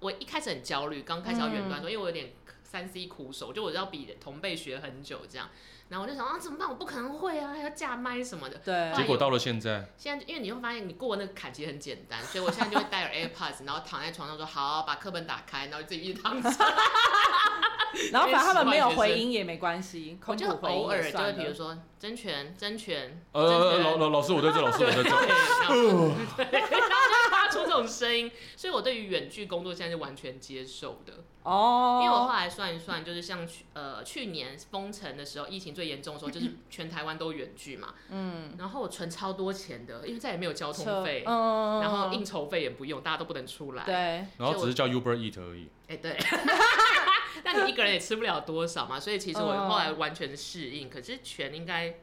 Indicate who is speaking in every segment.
Speaker 1: 我一开始很焦虑，刚开始要远
Speaker 2: 嗯
Speaker 1: 端的时候，因为我有点三 C 苦手，就我要比同辈学很久这样，然后我就想啊怎么办？我不可能会啊，还要架麦什么的。
Speaker 2: 对
Speaker 1: 哇
Speaker 2: 对
Speaker 1: 哎有
Speaker 3: 结果到了现在，
Speaker 1: 现在就因为你会发现你过那个坎其实很简单，所以我现在就会戴着 AirPods，然后躺在床上说好，把课本打开，然后自己一直躺 着。
Speaker 2: 然后反正他们没有
Speaker 1: 因为是外
Speaker 2: 回
Speaker 1: 学
Speaker 2: 音也没关系，
Speaker 1: 我
Speaker 2: 空
Speaker 1: 就
Speaker 2: 腹回音
Speaker 1: 偶
Speaker 2: 也
Speaker 1: 尔就会
Speaker 2: 算
Speaker 1: 比如
Speaker 2: 了
Speaker 1: 说真权真权，
Speaker 3: 呃，老老老师我在这，老师我
Speaker 1: 对对，
Speaker 3: 在 这，呃
Speaker 1: 然后 对，然后就发出这种声音，所以我对于远距工作现在是完全接受的。
Speaker 2: 哦，
Speaker 1: 因为我后来算一算，就是像去呃去年封城的时候，疫情最严重的时候， 就是全台湾都远距嘛。嗯。然后我存超多钱的，因为再也没有交通
Speaker 2: 车
Speaker 1: 费，
Speaker 2: 嗯，
Speaker 1: 然后应酬费也不用，大家都不能出来。。
Speaker 2: 对，
Speaker 3: 然后只是叫 Uber Eat 而已。
Speaker 1: 哎、对。 但你一个人也吃不了多少嘛，所以其实我
Speaker 2: 嗯
Speaker 1: 后来完全适应。可是全应该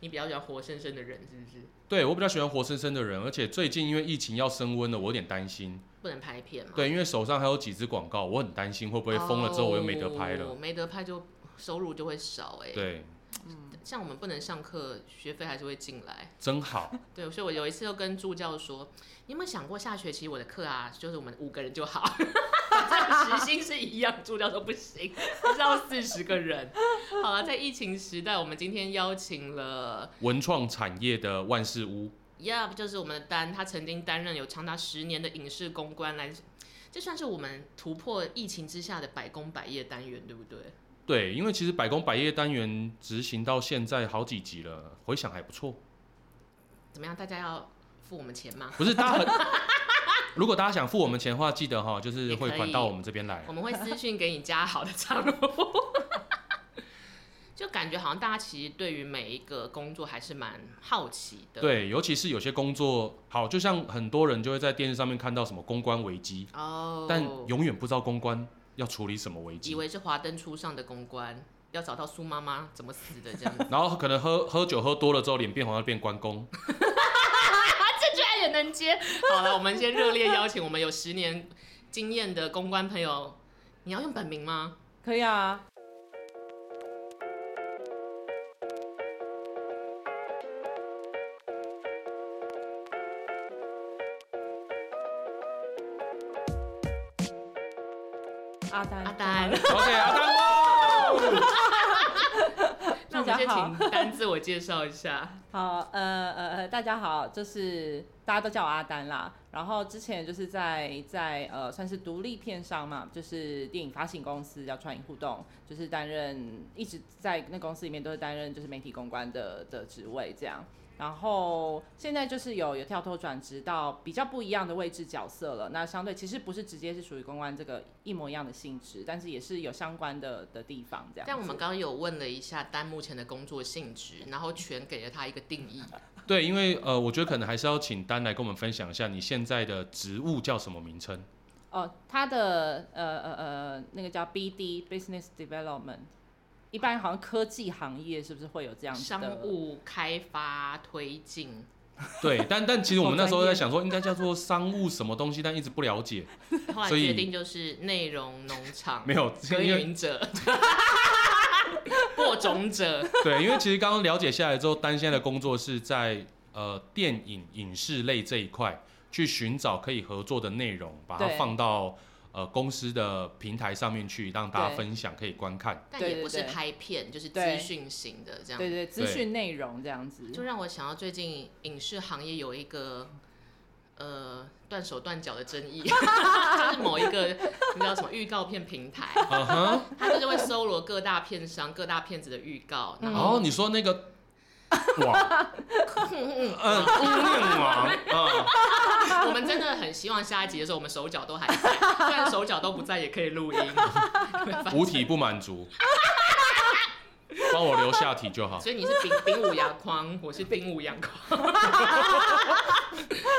Speaker 1: 你比较喜欢活生生的人，是不是？
Speaker 3: 对我比较喜欢活生生的人，而且最近因为疫情要升温了，我有点担心。
Speaker 1: 不能拍片嘛。
Speaker 3: 对，因为手上还有几支广告，我很担心会不会封了之后我又没得拍
Speaker 1: 哦
Speaker 3: 了。
Speaker 1: 没得拍就收入就会少哎、，
Speaker 3: 对，
Speaker 1: 像我们不能上课，学费还是会进来。
Speaker 3: 真好，
Speaker 1: 对，所以我有一次就跟助教说，你有没有想过下学期我的课啊，就是我们五个人就好， 这样时薪是一样。助教说不行，就是要四十个人。 好啊了，在疫情时代，我们今天邀请了
Speaker 3: 文创产业的万事屋，
Speaker 1: Yup，就是我们的丹，他曾经担任有长达十年的影视公关来。这算是我们突破疫情之下的百工百业单元，对不对？
Speaker 3: 对，因为其实百工百业单元执行到现在好几集了，回想还不错。
Speaker 1: 怎么样？大家要付我们钱吗？
Speaker 3: 不是大家很， 如果大家想付我们钱的话，记得哈，就是
Speaker 1: 也可
Speaker 3: 汇
Speaker 1: 以
Speaker 3: 款到我们这边来
Speaker 1: 我。们会私讯给你加好的账户。 就感觉好像大家其实对于每一个工作还是蛮好奇的。
Speaker 3: 对，尤其是有些工作，好，就像很多人就会在电视上面看到什么公关危机，
Speaker 1: 哦，
Speaker 3: 但永远不知道公关要处理什么危
Speaker 1: 以
Speaker 3: 机。
Speaker 1: 为是华灯初上的公关，要找到苏妈妈怎么死的这样子，
Speaker 3: 然后可能喝喝酒喝多了之后，脸变红要变关公。
Speaker 1: 这居然也能接。好了，我们先热烈邀请我们有十年经验的公关朋友，你要用本名吗？
Speaker 2: 可以啊。阿丹，
Speaker 1: 阿丹
Speaker 3: OK，阿当哦，
Speaker 1: 那我们
Speaker 2: 大
Speaker 1: 先
Speaker 2: 家好
Speaker 1: 请丹自我介绍一 下。
Speaker 2: 好，呃呃，呃，大家好，就是大家都叫我阿丹啦。然后之前就是在在呃，算是独立片商嘛，就是电影发行公司叫传影互动，就是担任一直在那公司里面都是担任就是媒体公关的的职位这样。然后现在就是有有跳脱转职到比较不一样的位置角色了。那相对其实不是直接是属于公关这个一模一样的性质，但是也是有相关的的地方这样子。
Speaker 1: 但我们刚刚有问了一下丹目前的工作性质，然后全给了他一个定义。
Speaker 3: 对，因为呃，我觉得可能还是要请丹来跟我们分享一下你现在的职务叫什么名称。
Speaker 2: 哦，他的呃呃呃，那个叫 BD Business Development，一般好像科技行业是不是会有这样子的？
Speaker 1: 商务开发推 进，
Speaker 3: 对，但但其实我们那时候
Speaker 2: 好专业
Speaker 3: 在想说，应该叫做商务什么东西，但一直不了解。
Speaker 1: 后来
Speaker 3: 所以
Speaker 1: 决定就是内容农场
Speaker 3: 没有，
Speaker 1: 耕
Speaker 3: 因为
Speaker 1: 耘 者、播种者，
Speaker 3: 对，因为其实刚刚了解下来之后，丹现在的工作是在呃电影影视类这一块去寻找可以合作的内容，把它
Speaker 2: 对
Speaker 3: 放到呃公司的平台上面去，让大家
Speaker 2: 对
Speaker 3: 分享可以观看。
Speaker 1: 但
Speaker 2: 对
Speaker 1: 也不是
Speaker 2: 对对
Speaker 1: 拍片，就是资
Speaker 2: 对
Speaker 1: 讯型的这样。
Speaker 2: 对对，资
Speaker 3: 对
Speaker 2: 讯内容这样子。
Speaker 1: 就让我想到最近影视行业有一个呃断手断脚的争议， 就是某一个你知道什么预告片平台，
Speaker 3: 嗯哼，
Speaker 1: 它就是会搜罗各大片商、各大片子的预告，然后
Speaker 3: 哦，你说那个哇，嗯嗯，嗯王，嗯，
Speaker 1: 我们真的很希望下一集的时候，我们手脚都还在，虽然手脚都不在，也可以录音。
Speaker 3: 五体不满足，帮我留下体就好。
Speaker 1: 所以你是丙丙午阳光，我是丁午阳光。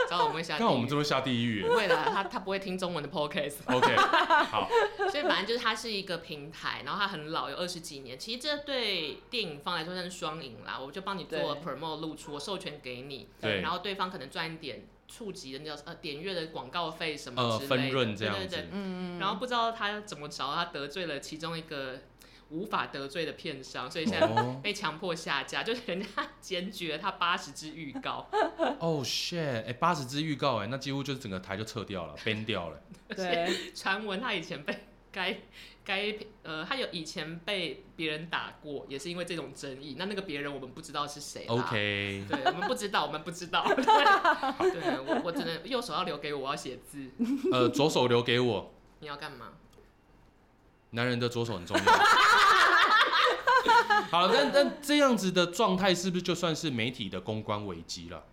Speaker 1: 然后我们会下地狱，
Speaker 3: 那我们这边下地狱
Speaker 1: 不会啦，他他不会听中文的 podcast。
Speaker 3: ，OK，好，
Speaker 1: 所以反正就是它是一个平台，然后它很老，有二十几年。其实这对电影方来说算是双赢啦，我就帮你做
Speaker 2: 对
Speaker 1: promo 露出，我授权给你，
Speaker 3: 对
Speaker 1: 然后对方可能赚一点触及的那叫呃点阅的广告费什么
Speaker 3: 呃，
Speaker 1: 之类的，
Speaker 3: 分润这样
Speaker 2: 嗯
Speaker 1: 对对
Speaker 3: 子
Speaker 1: 对。。然后不知道他怎么着，他得罪了其中一个。无法得罪的片商，所以现在
Speaker 3: 哦
Speaker 1: 被强迫下架， 就是人家检举了他八十支预告，
Speaker 3: 哦 shit，哎，八十支预告哎，那几乎就是整个台就撤掉了，ban 掉了。
Speaker 2: 对，
Speaker 1: 传闻他以前被该该呃，他有以前被别人打过，也是因为这种争议。那那个别人我们不知道是谁啦
Speaker 3: OK，
Speaker 1: 对我们不知道，我们不知 道。对，对我我只能右手要留给我，我要写字。
Speaker 3: 呃，左手留给我，
Speaker 1: 你要干嘛？
Speaker 3: 男人的左手很重要。 好，但但这样子的状态是不是就算是媒体的公关危机了？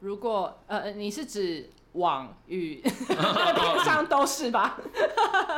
Speaker 2: 如果呃，你是指网与电商都是吧？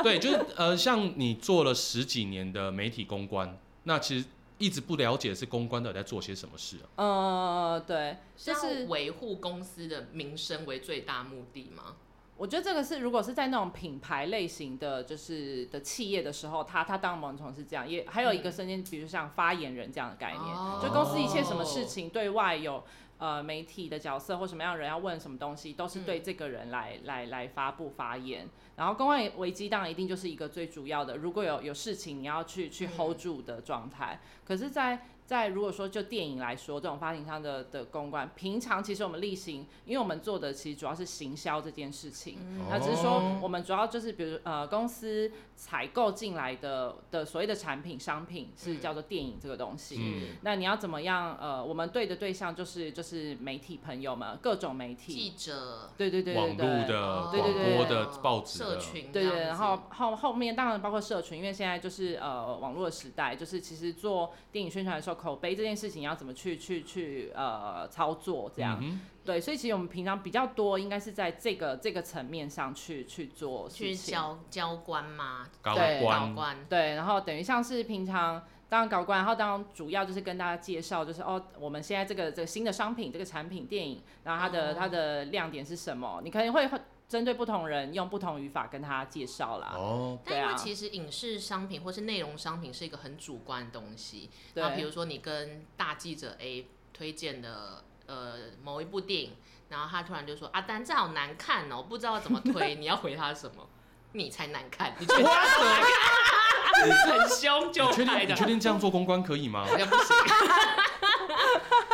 Speaker 3: 对，就是呃，像你做了十几年的媒体公关，那其实一直不了解是公关到底在做些什么事啊。
Speaker 2: 呃，对，
Speaker 1: 是
Speaker 2: 就
Speaker 1: 要
Speaker 2: 是
Speaker 1: 维护公司的名声为最大目的吗？
Speaker 2: 我觉得这个是，如果是在那种品牌类型的就是的企业的时候，它它当然某种程度是这样，也还有一
Speaker 1: 嗯
Speaker 2: 个瞬间，比如像发言人这样的概念，
Speaker 1: 哦
Speaker 2: 就公司一切什么事情对外有。呃，媒体的角色或什么样的人要问什么东西，都是对这个人来、来来发布发言。然后公关危机当然一定就是一个最主要的，如果有有事情你要去去
Speaker 1: 嗯
Speaker 2: hold 住的状态。可是在，在如果说就电影来说，这种发行商的的公关，平常其实我们例行，因为我们做的其实主要是行销这件事情。那只是说
Speaker 3: 哦，
Speaker 2: 我们主要就是，比如呃，公司采购进来的的所谓的产品商品是叫做电影这个东西。
Speaker 3: 嗯
Speaker 2: 那你要怎么样？呃，我们对的对象就是就是媒体朋友们，各种媒体，
Speaker 1: 记者、
Speaker 2: 对对对
Speaker 3: 啊网
Speaker 2: 对
Speaker 3: 络
Speaker 2: 对，
Speaker 3: 的、
Speaker 1: 哦
Speaker 2: 对对对
Speaker 3: 呃广播的、报纸
Speaker 1: 社
Speaker 3: 的，
Speaker 1: 群这
Speaker 2: 对
Speaker 1: 样
Speaker 2: 对
Speaker 1: 子，
Speaker 2: 对，然后后后面当然包括社群，因为现在就是呃网络的时代，就是其实做电影宣传的时候，口碑这件事情要怎么去去去呃操作这样、
Speaker 3: 嗯
Speaker 2: 对，所以其实我们平常比较多应该是在这个这个层面上去去做
Speaker 1: 去
Speaker 2: 事情，
Speaker 1: 交交官嘛，
Speaker 3: 哼、高
Speaker 2: 对
Speaker 1: 搞
Speaker 3: 官
Speaker 1: 官，
Speaker 2: 对，然后等于像是平常当搞官，然后当然主要就是跟大家介绍，就是哦，我们现在这个这个新的商品，这个产品电影，然后它的、
Speaker 1: 哦
Speaker 2: 它的亮点是什么，你可能会会针对不同人用不同语法跟他介绍啦。
Speaker 3: 哦，
Speaker 1: 但因
Speaker 2: 对
Speaker 1: 为
Speaker 2: 啊
Speaker 1: 其实影视商品或是内容商品是一个很主观的东西，
Speaker 2: 对
Speaker 1: 那啊比如说你跟大记者 A 推荐的呃某一部电影，然后他突然就说阿丹这好难看哦，不知道怎么 推，你要回他什么？你才难看，你觉 得他怎么看？很凶就
Speaker 3: 你确
Speaker 1: 拍
Speaker 3: 定你
Speaker 1: 的，
Speaker 3: 确定这样做公关可 以吗？
Speaker 1: 好像不行。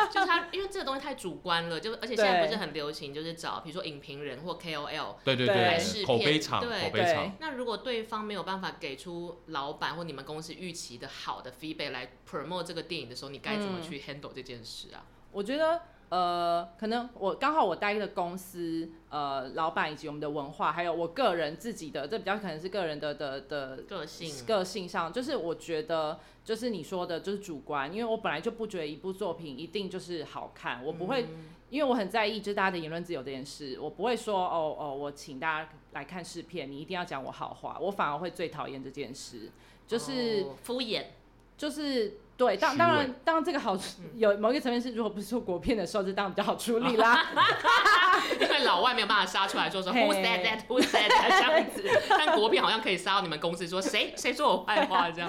Speaker 1: 就是他，因为这个东西太主观了，就而且现在
Speaker 2: 对
Speaker 1: 不是很流行，就是找比如说影评人或 KOL
Speaker 3: 对对
Speaker 2: 对
Speaker 1: 还是
Speaker 3: 口
Speaker 1: 骗
Speaker 3: 碑场，
Speaker 1: 对
Speaker 3: 口碑场
Speaker 2: 对，
Speaker 1: 那如果对方没有办法给出老板或你们公司预期的好的 feedback 来 promote 这个电影的时候，你该怎么
Speaker 2: 嗯
Speaker 1: 去 handle 这件事啊？
Speaker 2: 我觉得呃，可能我刚好我待的公司，呃，老板以及我们的文化，还有我个人自己的，这比较可能是个人的的的
Speaker 1: 个性，哦
Speaker 2: 个性上，就是我觉得就是你说的，就是主观，因为我本来就不觉得一部作品一定就是好看，我不会，因为我很在意就是大家的言论自由这件事，我不会说哦哦，我请大家来看试片，你一定要讲我好话，我反而会最讨厌这件事，就是、
Speaker 1: 哦敷衍，
Speaker 2: 就是。对，当
Speaker 3: 虚伪
Speaker 2: 当然，当然这个好处 有某一个层面是，如果不是做国片的时候，这当然比较好处理啦。
Speaker 1: 因为老外没有办法杀出来说说
Speaker 2: 嘿
Speaker 1: who said that who said that 这样子，但国片好像可以杀到你们公司说谁谁说我坏话这样。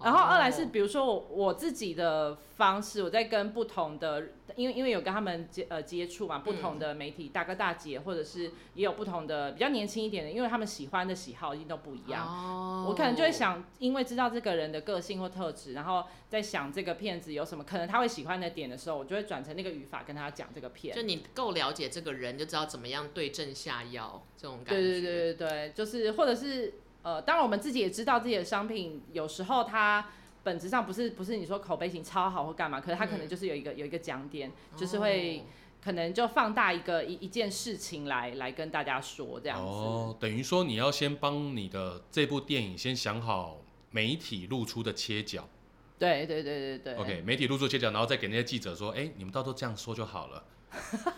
Speaker 2: 然后二来是，
Speaker 1: 哦
Speaker 2: 比如说我我自己的方式，我在跟不同的，因为因为有跟他们接呃接触嘛，不同的媒体、大哥大姐，或者是也有不同的比较年轻一点的，因为他们喜欢的喜好一定都不一样。
Speaker 1: 哦
Speaker 2: 我可能就会，想，因为知道这个人的个性或特质，然后在想这个片子有什么可能他会喜欢的点的时候，我就会转成那个语法跟他讲这个片
Speaker 1: 就。你够了解这个人，就知道怎么样对症下药这种感觉。
Speaker 2: 对对对对对，就是或者是呃，当然我们自己也知道自己的商品有时候它本质上不是不是你说口碑型超好或干嘛，可是它可能
Speaker 1: 嗯
Speaker 2: 就是有一个、有一个讲点，
Speaker 1: 哦，
Speaker 2: 就是会可能就放大一个一一件事情来来跟大家说这样子。
Speaker 3: 哦，等于说你要先帮你的这部电影先想好媒体露出的切角
Speaker 2: 对对对对对。
Speaker 3: ，OK，媒体露出切角，然后再给那些记者说，哎，你们到时候这样说就好了。
Speaker 1: 哦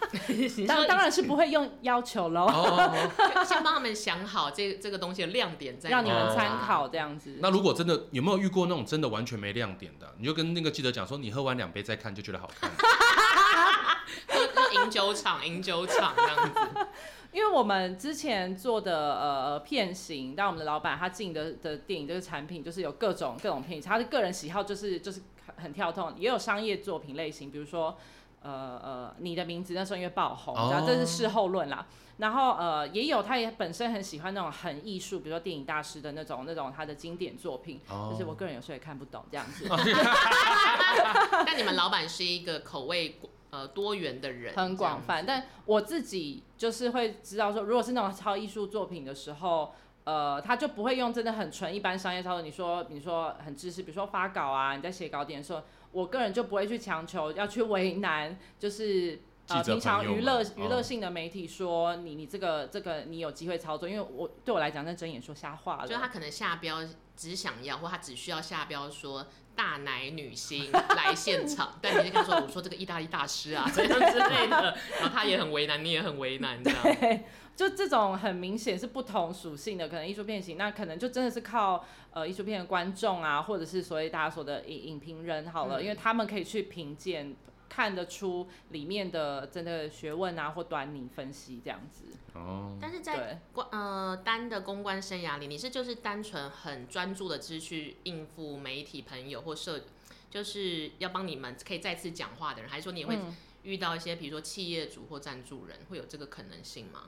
Speaker 2: 当当然是不会用要求喽，
Speaker 3: 哦，
Speaker 1: 就先帮他们想好这这个东西的亮点在哪
Speaker 2: 让你们
Speaker 3: 哦
Speaker 2: 参考这样子。
Speaker 3: 那如果真的有没有遇过那种真的完全没亮点的？你就跟那个记者讲说，你喝完两杯再看就觉得好看。
Speaker 1: 就就饮酒厂，饮酒厂这样子。
Speaker 2: 因为我们之前做的呃片型，但我们的老板他进的的电影这个产品，就是有各种各种片型，他的个人喜好就是就是很很跳动，也有商业作品类型，比如说呃呃，你的名字那时候因为爆红，
Speaker 3: 哦
Speaker 2: 然后这是事后论啦。然后呃，也有他也本身很喜欢那种很艺术，比如说电影大师的那种那种他的经典作品，
Speaker 3: 哦
Speaker 2: 就是我个人有时候也看不懂这样子，
Speaker 1: 但你们老板是一个口味呃多元的人，
Speaker 2: 很广
Speaker 1: 这样
Speaker 2: 泛。但我自己就是会知道说，如果是那种超艺术作品的时候。呃，他就不会用真的很纯一般商业操作。你说，你说很知识，比如说发稿啊，你在写稿点的时候，我个人就不会去强求要去为难，就是呃，
Speaker 3: 记者
Speaker 2: 平常
Speaker 3: 朋友
Speaker 2: 娱乐
Speaker 3: 们
Speaker 2: 娱乐
Speaker 3: 哦
Speaker 2: 性的媒体说你你这个这个你有机会操作，因为我对我来讲，那睁眼说瞎话了。
Speaker 1: 就他可能下标只想要，或他只需要下标说大奶女星来现场，但你就跟他说，我说这个意大利大师啊，这样之类的，然后他也很为难，你也很为难，这样。
Speaker 2: 就这种很明显是不同属性的，可能艺术片型，那可能就真的是靠呃艺术片的观众啊，或者是所谓大家说的影影评人好了，
Speaker 1: 嗯
Speaker 2: 因为他们可以去评鉴，看得出里面的真的学问啊或端倪分析这样子。
Speaker 3: 哦，
Speaker 1: 但是在
Speaker 2: 对，
Speaker 1: 关呃单的公关生涯里，你是就是单纯很专注的，只去应付媒体朋友或社，就是要帮你们可以再次讲话的人，还是说你也会
Speaker 2: 嗯
Speaker 1: 遇到一些，比如说企业主或赞助人，会有这个可能性吗？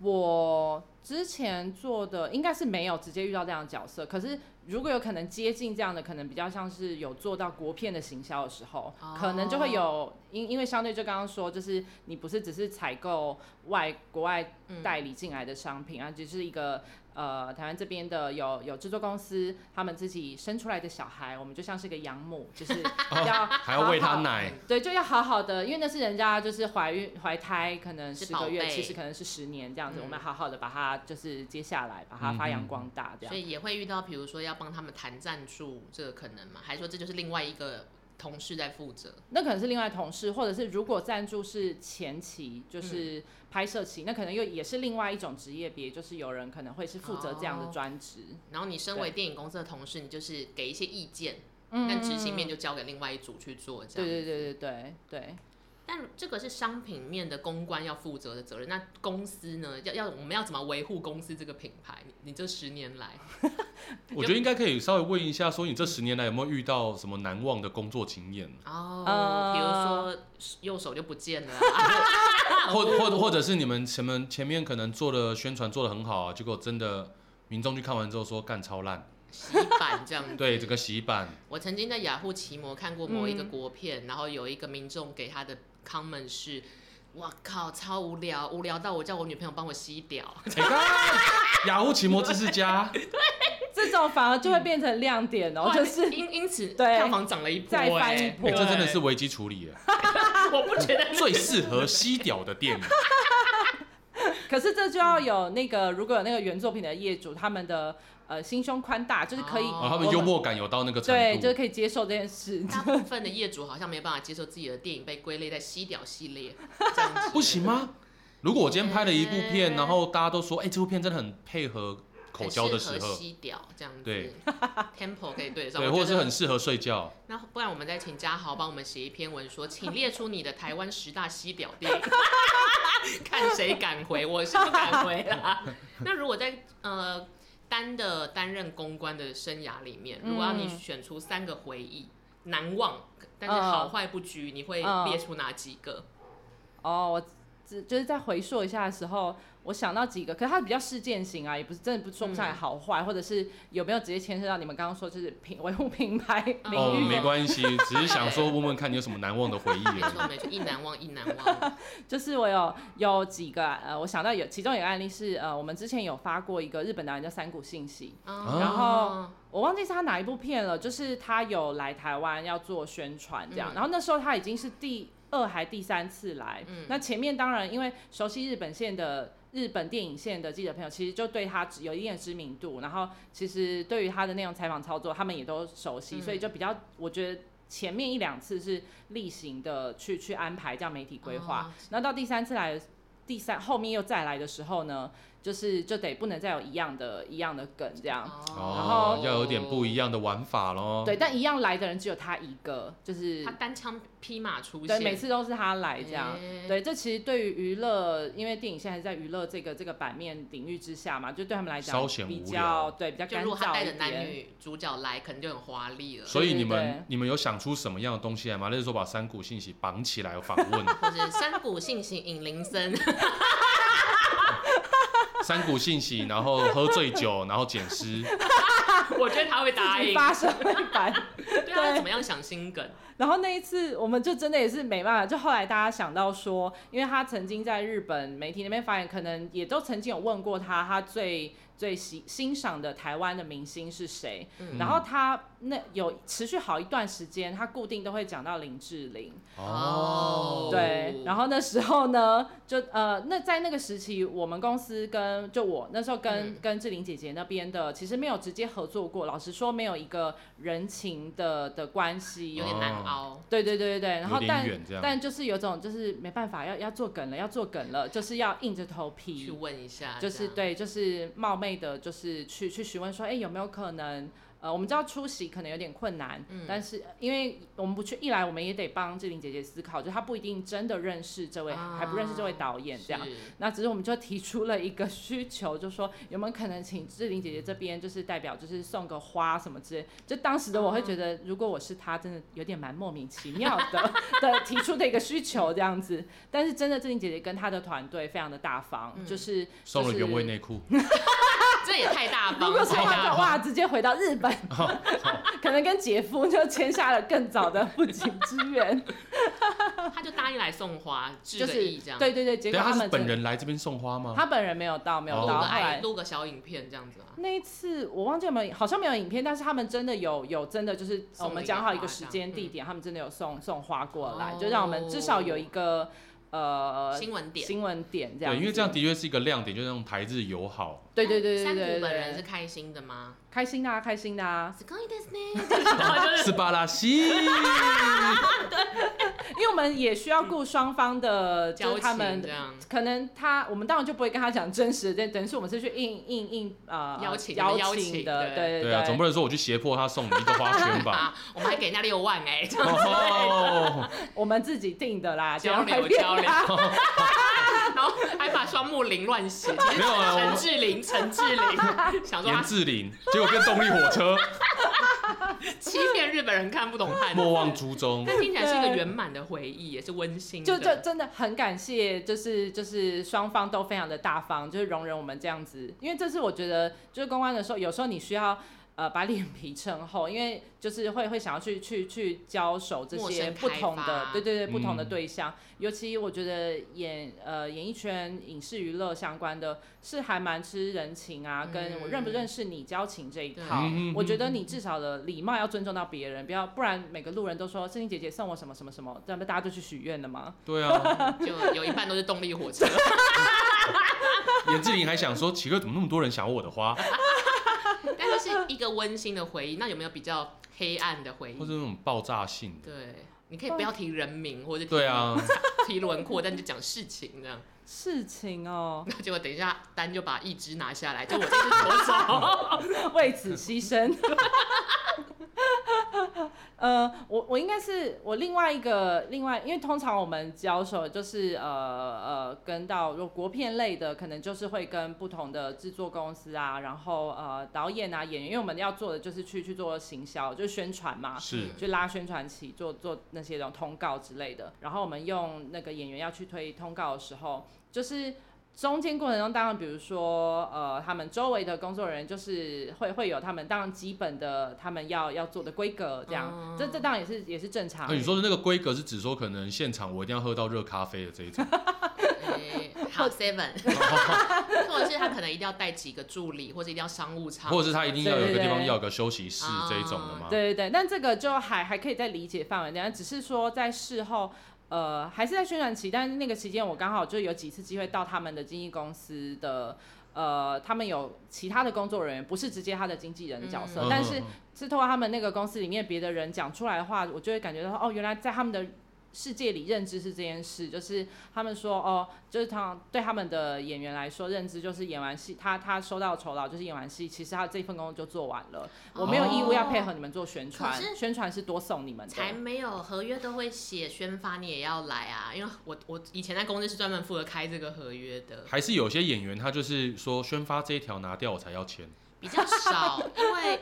Speaker 2: 我之前做的应该是没有直接遇到这样的角色，可是如果有可能接近这样的，可能比较像是有做到国片的行销的时候，
Speaker 1: 哦
Speaker 2: 可能就会有因因为相对就刚刚说，就是你不是只是采购外国外
Speaker 1: 嗯
Speaker 2: 代理进来的商品，啊，只是一个。呃，台湾这边的有有制作公司，他们自己生出来的小孩，我们就像是个养母，就是要
Speaker 3: 还要喂
Speaker 2: 好
Speaker 3: 他
Speaker 2: 好
Speaker 3: 奶，
Speaker 2: 对，就要好好的，因为那是人家就是怀孕怀胎，可能
Speaker 1: 是
Speaker 2: 十
Speaker 1: 宝
Speaker 2: 个
Speaker 1: 贝
Speaker 2: 月，其实可能是十年这样子，
Speaker 1: 嗯
Speaker 2: 我们好好的把它就是接下来，把它
Speaker 3: 嗯
Speaker 2: 发扬光大这样。
Speaker 1: 所以也会遇到，比如说要帮他们谈赞助，这个可能吗？还是说这就是另外一个同事在负责？
Speaker 2: 那可能是另外同事，或者是如果赞助是前期，
Speaker 3: 嗯
Speaker 2: 就是拍摄期，那可能又也是另外一种职业别，就是有人可能会是负责这样的
Speaker 1: 哦
Speaker 2: 专职。
Speaker 1: 然后你身为电影公司的同事，你就是给一些意见，
Speaker 2: 嗯
Speaker 1: 但执行面
Speaker 2: 嗯
Speaker 1: 就交给另外一组去做，这
Speaker 2: 对
Speaker 1: 样。
Speaker 2: 对对对对对。
Speaker 1: 但这个是商品面的公关要负责的责任，那公司呢，要要我们要怎么维护公司这个品牌？你你这十年来，
Speaker 3: 我觉得应该可以稍微问一下，说你这十年来有没有遇到什么难忘的工作经验，
Speaker 1: 哦，
Speaker 2: 呃
Speaker 1: 比如说右手就不见了啊，
Speaker 3: 或或或者是你们前面前面可能做的宣传做的很好、啊，结果真的民众去看完之后说干超烂，
Speaker 1: 洗板这样子。
Speaker 3: 对整个洗版，
Speaker 1: 我曾经在雅虎奇摩看过某一
Speaker 2: 嗯
Speaker 1: 个国片，然后有一个民众给他的 comment 是：“哇靠，超无聊，无聊到我叫我女朋友帮我吸屌。
Speaker 3: 哎干雅虎奇摩知 识家，
Speaker 2: 这种反而就
Speaker 3: 嗯
Speaker 2: 会变成亮点”哦，就是
Speaker 1: 因因此
Speaker 2: 对
Speaker 1: 票房涨了一波、
Speaker 2: 再翻一
Speaker 1: 哎
Speaker 2: 波
Speaker 3: 哎，
Speaker 2: 对
Speaker 3: 这真的是危机处理耶，
Speaker 1: 我不觉得
Speaker 3: 最适合吸屌的电影。
Speaker 2: 可是这就要
Speaker 1: 嗯
Speaker 2: 有那个，如果有那个原作品的业主，他们的呃心胸宽大，就是可以，
Speaker 1: 哦
Speaker 3: 哦，他们幽默感有到那个程
Speaker 2: 对，
Speaker 3: 度，
Speaker 2: 就是可以接受这件事。
Speaker 1: 大部分的业主好像没有办法接受自己的电影被归类在吸屌系列，这样子
Speaker 3: 不行？吗？如果我今天拍了一部
Speaker 2: 嗯
Speaker 3: 片，然后大家都说，哎、这部片真的很配合口交的时
Speaker 1: 很适合
Speaker 3: 候，
Speaker 1: 吸屌这样子，
Speaker 3: 对
Speaker 1: ，tempo 可以对得上，
Speaker 3: 对，
Speaker 1: 我
Speaker 3: 或
Speaker 1: 觉
Speaker 3: 者是
Speaker 1: 得
Speaker 3: 很适合睡觉。
Speaker 1: 那不然我们再请嘉豪帮我们写一篇文 说，请列出你的台湾十大西表电影， 看谁敢回，我是不敢回 啦。那如果在呃单的担任公关的生涯里面，如果要你
Speaker 2: 嗯
Speaker 1: 选出三个回忆难忘，但
Speaker 3: 嗯
Speaker 1: 是好坏不拘，你会列出哪几个？
Speaker 2: 哦，我只就是在回溯一下的时候，我想到几个，可是它比较事件型啊，也不是真的不说不上来
Speaker 1: 嗯
Speaker 2: 好坏，或者是有没有直接牵涉到你们刚刚说就是品 维护品牌
Speaker 1: 哦
Speaker 2: 名
Speaker 3: 哦，
Speaker 2: 誉
Speaker 3: 没关系，只是想说问问看你有什么难忘的回忆
Speaker 1: 没
Speaker 3: 而
Speaker 1: 错
Speaker 3: 已。
Speaker 1: 没错，一难忘一难 忘。
Speaker 2: 就是我有有几个呃，我想到有其中有个案例是呃，我们之前有发过一个日本导演叫三谷信息，
Speaker 3: 啊
Speaker 1: 嗯
Speaker 2: 然后我忘记是他哪一部片了，就是他有来台湾要做宣传这样，
Speaker 1: 嗯
Speaker 2: 然后那时候他已经是第二还第三次来，
Speaker 1: 嗯
Speaker 2: 那前面当然因为熟悉日本线的日本电影线的记者朋友，其实就对他有一定的知名度，然后其实对于他的那种采访操作，他们也都熟悉，
Speaker 1: 嗯
Speaker 2: 所以就比较我觉得。前面一两次是例行的去去安排这样媒体规划，
Speaker 1: 哦
Speaker 2: 那到第三次来的第三后面又再来的时候呢，就是就得不能再有一样的一样的梗这样。
Speaker 3: 哦，要有点不一样的玩法咯。
Speaker 2: 对，但一样来的人只有他一个，就是
Speaker 1: 他单枪匹马出
Speaker 2: 对，
Speaker 1: 现，
Speaker 2: 每次都是他来这样。
Speaker 1: 哎
Speaker 2: 对，这其实对于娱乐，因为电影现在在娱乐这个这个版面领域之下嘛，就对他们来
Speaker 3: 稍
Speaker 2: 讲
Speaker 3: 显
Speaker 2: 比
Speaker 3: 无
Speaker 2: 较
Speaker 3: 聊
Speaker 2: 对比较
Speaker 1: 就
Speaker 2: 干
Speaker 1: 如果他
Speaker 2: 燥
Speaker 1: 带着
Speaker 2: 一
Speaker 1: 男
Speaker 2: 点。
Speaker 1: 女主角来，可能就很华丽了，
Speaker 3: 所以你
Speaker 2: 对对对
Speaker 3: 们你们有想出什么样的东西来吗？例如说把山谷信息绑起来访问，
Speaker 1: 或是山谷信息引林 森，
Speaker 3: 山谷信息，然后喝醉酒，然后捡尸，
Speaker 1: 我觉得他会答
Speaker 2: 自己
Speaker 1: 应，
Speaker 2: 发生了一版，
Speaker 1: 对啊，
Speaker 2: 对
Speaker 1: 怎么样想新梗？
Speaker 2: 然后那一次我们就真的也是没办法，就后来大家想到说，因为他曾经在日本媒体那边发言，可能也都曾经有问过他，他最最喜欣赏的台湾的明星是谁？
Speaker 1: 嗯
Speaker 2: 然后他那有持续好一段时间，他固定都会讲到林志玲。
Speaker 1: 哦
Speaker 2: 对，然后那时候呢，就呃，那在那个时期，我们公司跟就我那时候跟、
Speaker 1: 嗯
Speaker 2: 跟志玲姐姐那边的，其实没有直接合作过，老实说，没有一个人情的的关系。
Speaker 1: 有点难
Speaker 3: 哦
Speaker 1: 熬，
Speaker 2: 对对对对对，然后
Speaker 3: 有点
Speaker 2: 但
Speaker 3: 远这样
Speaker 2: 但就是有种就是没办法，要要做梗了，要做梗了，就是要硬着头
Speaker 1: 去
Speaker 2: 皮，
Speaker 1: 问一下，
Speaker 2: 嗯就是
Speaker 1: 这样，
Speaker 2: 对，就是冒昧的，就是去去询问说，哎、有没有可能？呃，我们知道出席可能有点困难，
Speaker 1: 嗯
Speaker 2: 但是因为我们不去，一来我们也得帮志玲姐姐思考，就她不一定真的认识这位，
Speaker 1: 啊
Speaker 2: 还不认识这位导演这样。
Speaker 1: 是
Speaker 2: 那只是我们就提出了一个需求，就说有没有可能请志玲姐姐这边就是代表就是送个花什么之类。就当时的我会
Speaker 1: 嗯
Speaker 2: 觉得，如果我是她，真的有点蛮莫名其妙的 的提出的一个需求这样子。但是真的志玲姐姐跟她的团队非常的大方，
Speaker 1: 嗯
Speaker 2: 就是
Speaker 3: 送
Speaker 2: 就
Speaker 3: 了
Speaker 2: 是
Speaker 3: 原味内裤，
Speaker 1: 这也太大方，
Speaker 2: 如果是
Speaker 1: 太
Speaker 2: 他
Speaker 1: 大方，
Speaker 2: 的
Speaker 3: 哦
Speaker 2: 话，直接回到日 本， 可能跟姐夫就签下了更早的不景之缘，
Speaker 1: 他就答应来送花， 致
Speaker 2: 就
Speaker 1: 个
Speaker 2: 是
Speaker 1: 意这样，
Speaker 2: 对对对，结
Speaker 3: 等一
Speaker 2: 果
Speaker 3: 下他
Speaker 2: 们
Speaker 3: 是本
Speaker 2: 真的，
Speaker 3: 人来这边送花吗？
Speaker 2: 他本人没有到，没有
Speaker 3: 哦
Speaker 1: 录
Speaker 2: 到，
Speaker 1: 个
Speaker 2: 后
Speaker 1: 爱
Speaker 2: 来。
Speaker 1: 录个小影片这样子啊，
Speaker 2: 那一次我忘记有没有，好像没有影片，但是他们真的有有真的就是
Speaker 1: 送
Speaker 2: 呃
Speaker 1: 了
Speaker 2: 我们
Speaker 1: 一个
Speaker 2: 讲好一
Speaker 1: 花
Speaker 2: 个
Speaker 1: 这
Speaker 2: 时
Speaker 1: 样
Speaker 2: 间
Speaker 1: 嗯
Speaker 2: 地点，他们真的有送送花过来，
Speaker 1: 哦
Speaker 2: 就让我们至少有一个呃
Speaker 1: 新闻点。
Speaker 2: 新闻点这样
Speaker 3: 对，
Speaker 2: 子。
Speaker 3: 因为这样的确是一个亮点，就是那种台日友好。
Speaker 2: 对对对对
Speaker 1: 山
Speaker 2: 对对
Speaker 1: 谷本人是
Speaker 2: 对，
Speaker 1: 开心的吗？
Speaker 2: 开心的啊，开心的啊，
Speaker 1: すごいですね，就是然后就是
Speaker 3: 斯巴拉西，
Speaker 2: 因为我们也需要顾双方的，就
Speaker 1: 交
Speaker 2: 是他们
Speaker 1: 情这样。
Speaker 2: 可能他，我们当然就不会跟他讲真实的，等等于是我们是去应应应呃
Speaker 1: 邀请的
Speaker 2: 邀
Speaker 1: 邀
Speaker 2: 请
Speaker 1: 请
Speaker 2: 的，
Speaker 1: 对
Speaker 2: 对
Speaker 3: 对啊，总不能说我去胁迫他送你一个花圈吧？
Speaker 1: 啊，我们还给人家六万哎、这样
Speaker 3: 哦，
Speaker 2: 我们自己定的啦，
Speaker 1: 交
Speaker 2: 不要
Speaker 1: 流
Speaker 2: 骗
Speaker 1: 交流
Speaker 2: 他，
Speaker 1: 然后还把双木林乱写，其实
Speaker 3: 没有啊我
Speaker 1: 陈志玲，陈志玲想说
Speaker 3: 严
Speaker 1: 他
Speaker 3: 志玲，结果变动力火车，
Speaker 1: 欺骗日本人看不懂汉字，
Speaker 3: 莫忘初衷。
Speaker 1: 但听起来是一个圆满的回忆，也是温馨的。
Speaker 2: 就就真的很感谢，就是就是双方都非常的大方，就是容忍我们这样子，因为这是我觉得就是公关的时候，有时候你需要。呃，把脸皮撑厚，因为就是会会想要去去去交手这
Speaker 1: 陌
Speaker 2: 些
Speaker 1: 生
Speaker 2: 不
Speaker 1: 开
Speaker 2: 同的
Speaker 1: 发，
Speaker 2: 对对对，不同的
Speaker 3: 嗯
Speaker 2: 对象。尤其我觉得演呃演艺圈、影视娱乐相关的，是还蛮吃人情啊，跟我认不
Speaker 1: 嗯
Speaker 2: 认识你、交情这一
Speaker 1: 对
Speaker 2: 套。
Speaker 3: 嗯
Speaker 2: 我觉得你至少的礼貌要尊重到别人，不要不然每个路人都说志玲姐姐送我什么什么什么，这样不大家就去许愿了吗？
Speaker 3: 对啊，
Speaker 1: 就有一半都是动力火车，
Speaker 3: 严志玲还想说，奇怪，怎么那么多人想要我的花，
Speaker 1: 但是是一个温馨的回忆。那有没有比较黑暗的回
Speaker 3: 或者
Speaker 1: 忆？
Speaker 3: 那种爆炸性的？
Speaker 1: 对，你可以不要提人名或者提
Speaker 3: 对 啊，
Speaker 1: 提轮廓，但就讲事情这样。
Speaker 2: 事情哦，
Speaker 1: 那结果等一下丹就把一只拿下来，就我这只左手。
Speaker 2: 为此牺牲。 呃，我我应该是我另外一个另外，因为通常我们交手就是呃呃跟到如果国片类的，可能就是会跟不同的制作公司啊，然后呃导演啊演员，因为我们要做的就是去去做行销，就是宣传嘛，
Speaker 3: 是
Speaker 2: 就拉宣传旗，做做那些种通告之类的。然后我们用那个演员要去推通告的时候，就是中间过程中，当然比如说呃，他们周围的工作人员就是会会有他们当然基本的他们要要做的规格这样，
Speaker 1: 哦
Speaker 2: 这这当然也是也是正常
Speaker 3: 那。你说的那个规格是指说，可能现场我一定要喝到热咖啡的这一 种，
Speaker 1: 哎 好 seven，或者是他可能一定要带几个助理，或者一定要商务舱，
Speaker 3: 或者是他一定要有一个地
Speaker 2: 对对
Speaker 3: 方
Speaker 2: 对
Speaker 3: 要有个休息室这一种的吗？
Speaker 2: 对对对，但这个就还还可以在理解范围内，只是说在事后，呃，还是在宣传期，但是那个期间我刚好就有几次机会到他们的经纪公司的。呃，他们有其他的工作人员，不是直接他的经纪人的角色，
Speaker 1: 嗯
Speaker 2: 但是是透过他们那个公司里面别的人讲出来的话，我就会感觉到说哦，原来在他们的世界里认知是这件事，就是他们说哦，就是他对他们的演员来说，认知就是演完戏，他他收到酬劳就是演完戏，其实他这份工作就做完了，我没有义务要配合你们做宣传，
Speaker 1: 哦可是
Speaker 2: 宣传是多送你们的。
Speaker 1: 才没有合约都会写宣发，你也要来啊！因为我我以前在公司是专门负责开这个合约的，
Speaker 3: 还是有些演员他就是说宣发这一条拿掉我才要签，
Speaker 1: 比较少，因为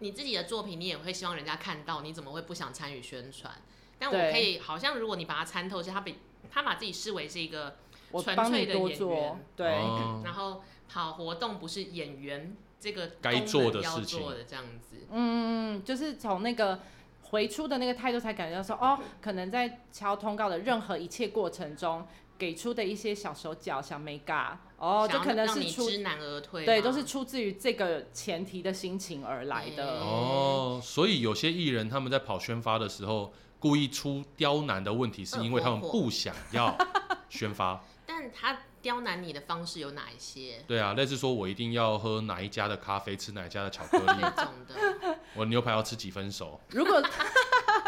Speaker 1: 你自己的作品你也会希望人家看到，你怎么会不想参与宣传？但我
Speaker 2: 对
Speaker 1: 可以，好像如果你把它参透，是他比他把自己视为是一个，
Speaker 2: 我
Speaker 1: 纯
Speaker 2: 帮
Speaker 1: 粹
Speaker 2: 你
Speaker 1: 的
Speaker 2: 多
Speaker 1: 演
Speaker 2: 做
Speaker 1: 员，
Speaker 2: 对，
Speaker 3: 哦
Speaker 1: 然后跑活动不是演员这个
Speaker 3: 该
Speaker 1: 功能
Speaker 3: 做的
Speaker 1: 要
Speaker 3: 事情
Speaker 1: 做的这样子。
Speaker 2: 嗯，就是从那个回出的那个态度才感觉到说，哦，可能在敲通告的任何一切过程中，给出的一些小手脚、小美嘎，
Speaker 1: 想
Speaker 2: 哦，就
Speaker 1: 要
Speaker 2: 可能
Speaker 1: 让
Speaker 2: 是
Speaker 1: 你
Speaker 2: 出
Speaker 1: 知难而退吗，
Speaker 2: 对，都是出自于这个前提的心情而来
Speaker 1: 嗯
Speaker 2: 的。
Speaker 3: 哦，所以有些艺人他们在跑宣发的时候，故意出刁难的问题，是因为他们不想要 宣发。
Speaker 1: 但他刁难你的方式有哪一些？
Speaker 3: 对啊，类似说我一定要喝哪一家的咖啡，吃哪一家的巧克力
Speaker 1: 那，种的，
Speaker 3: 我牛排要吃几分熟。
Speaker 2: 如果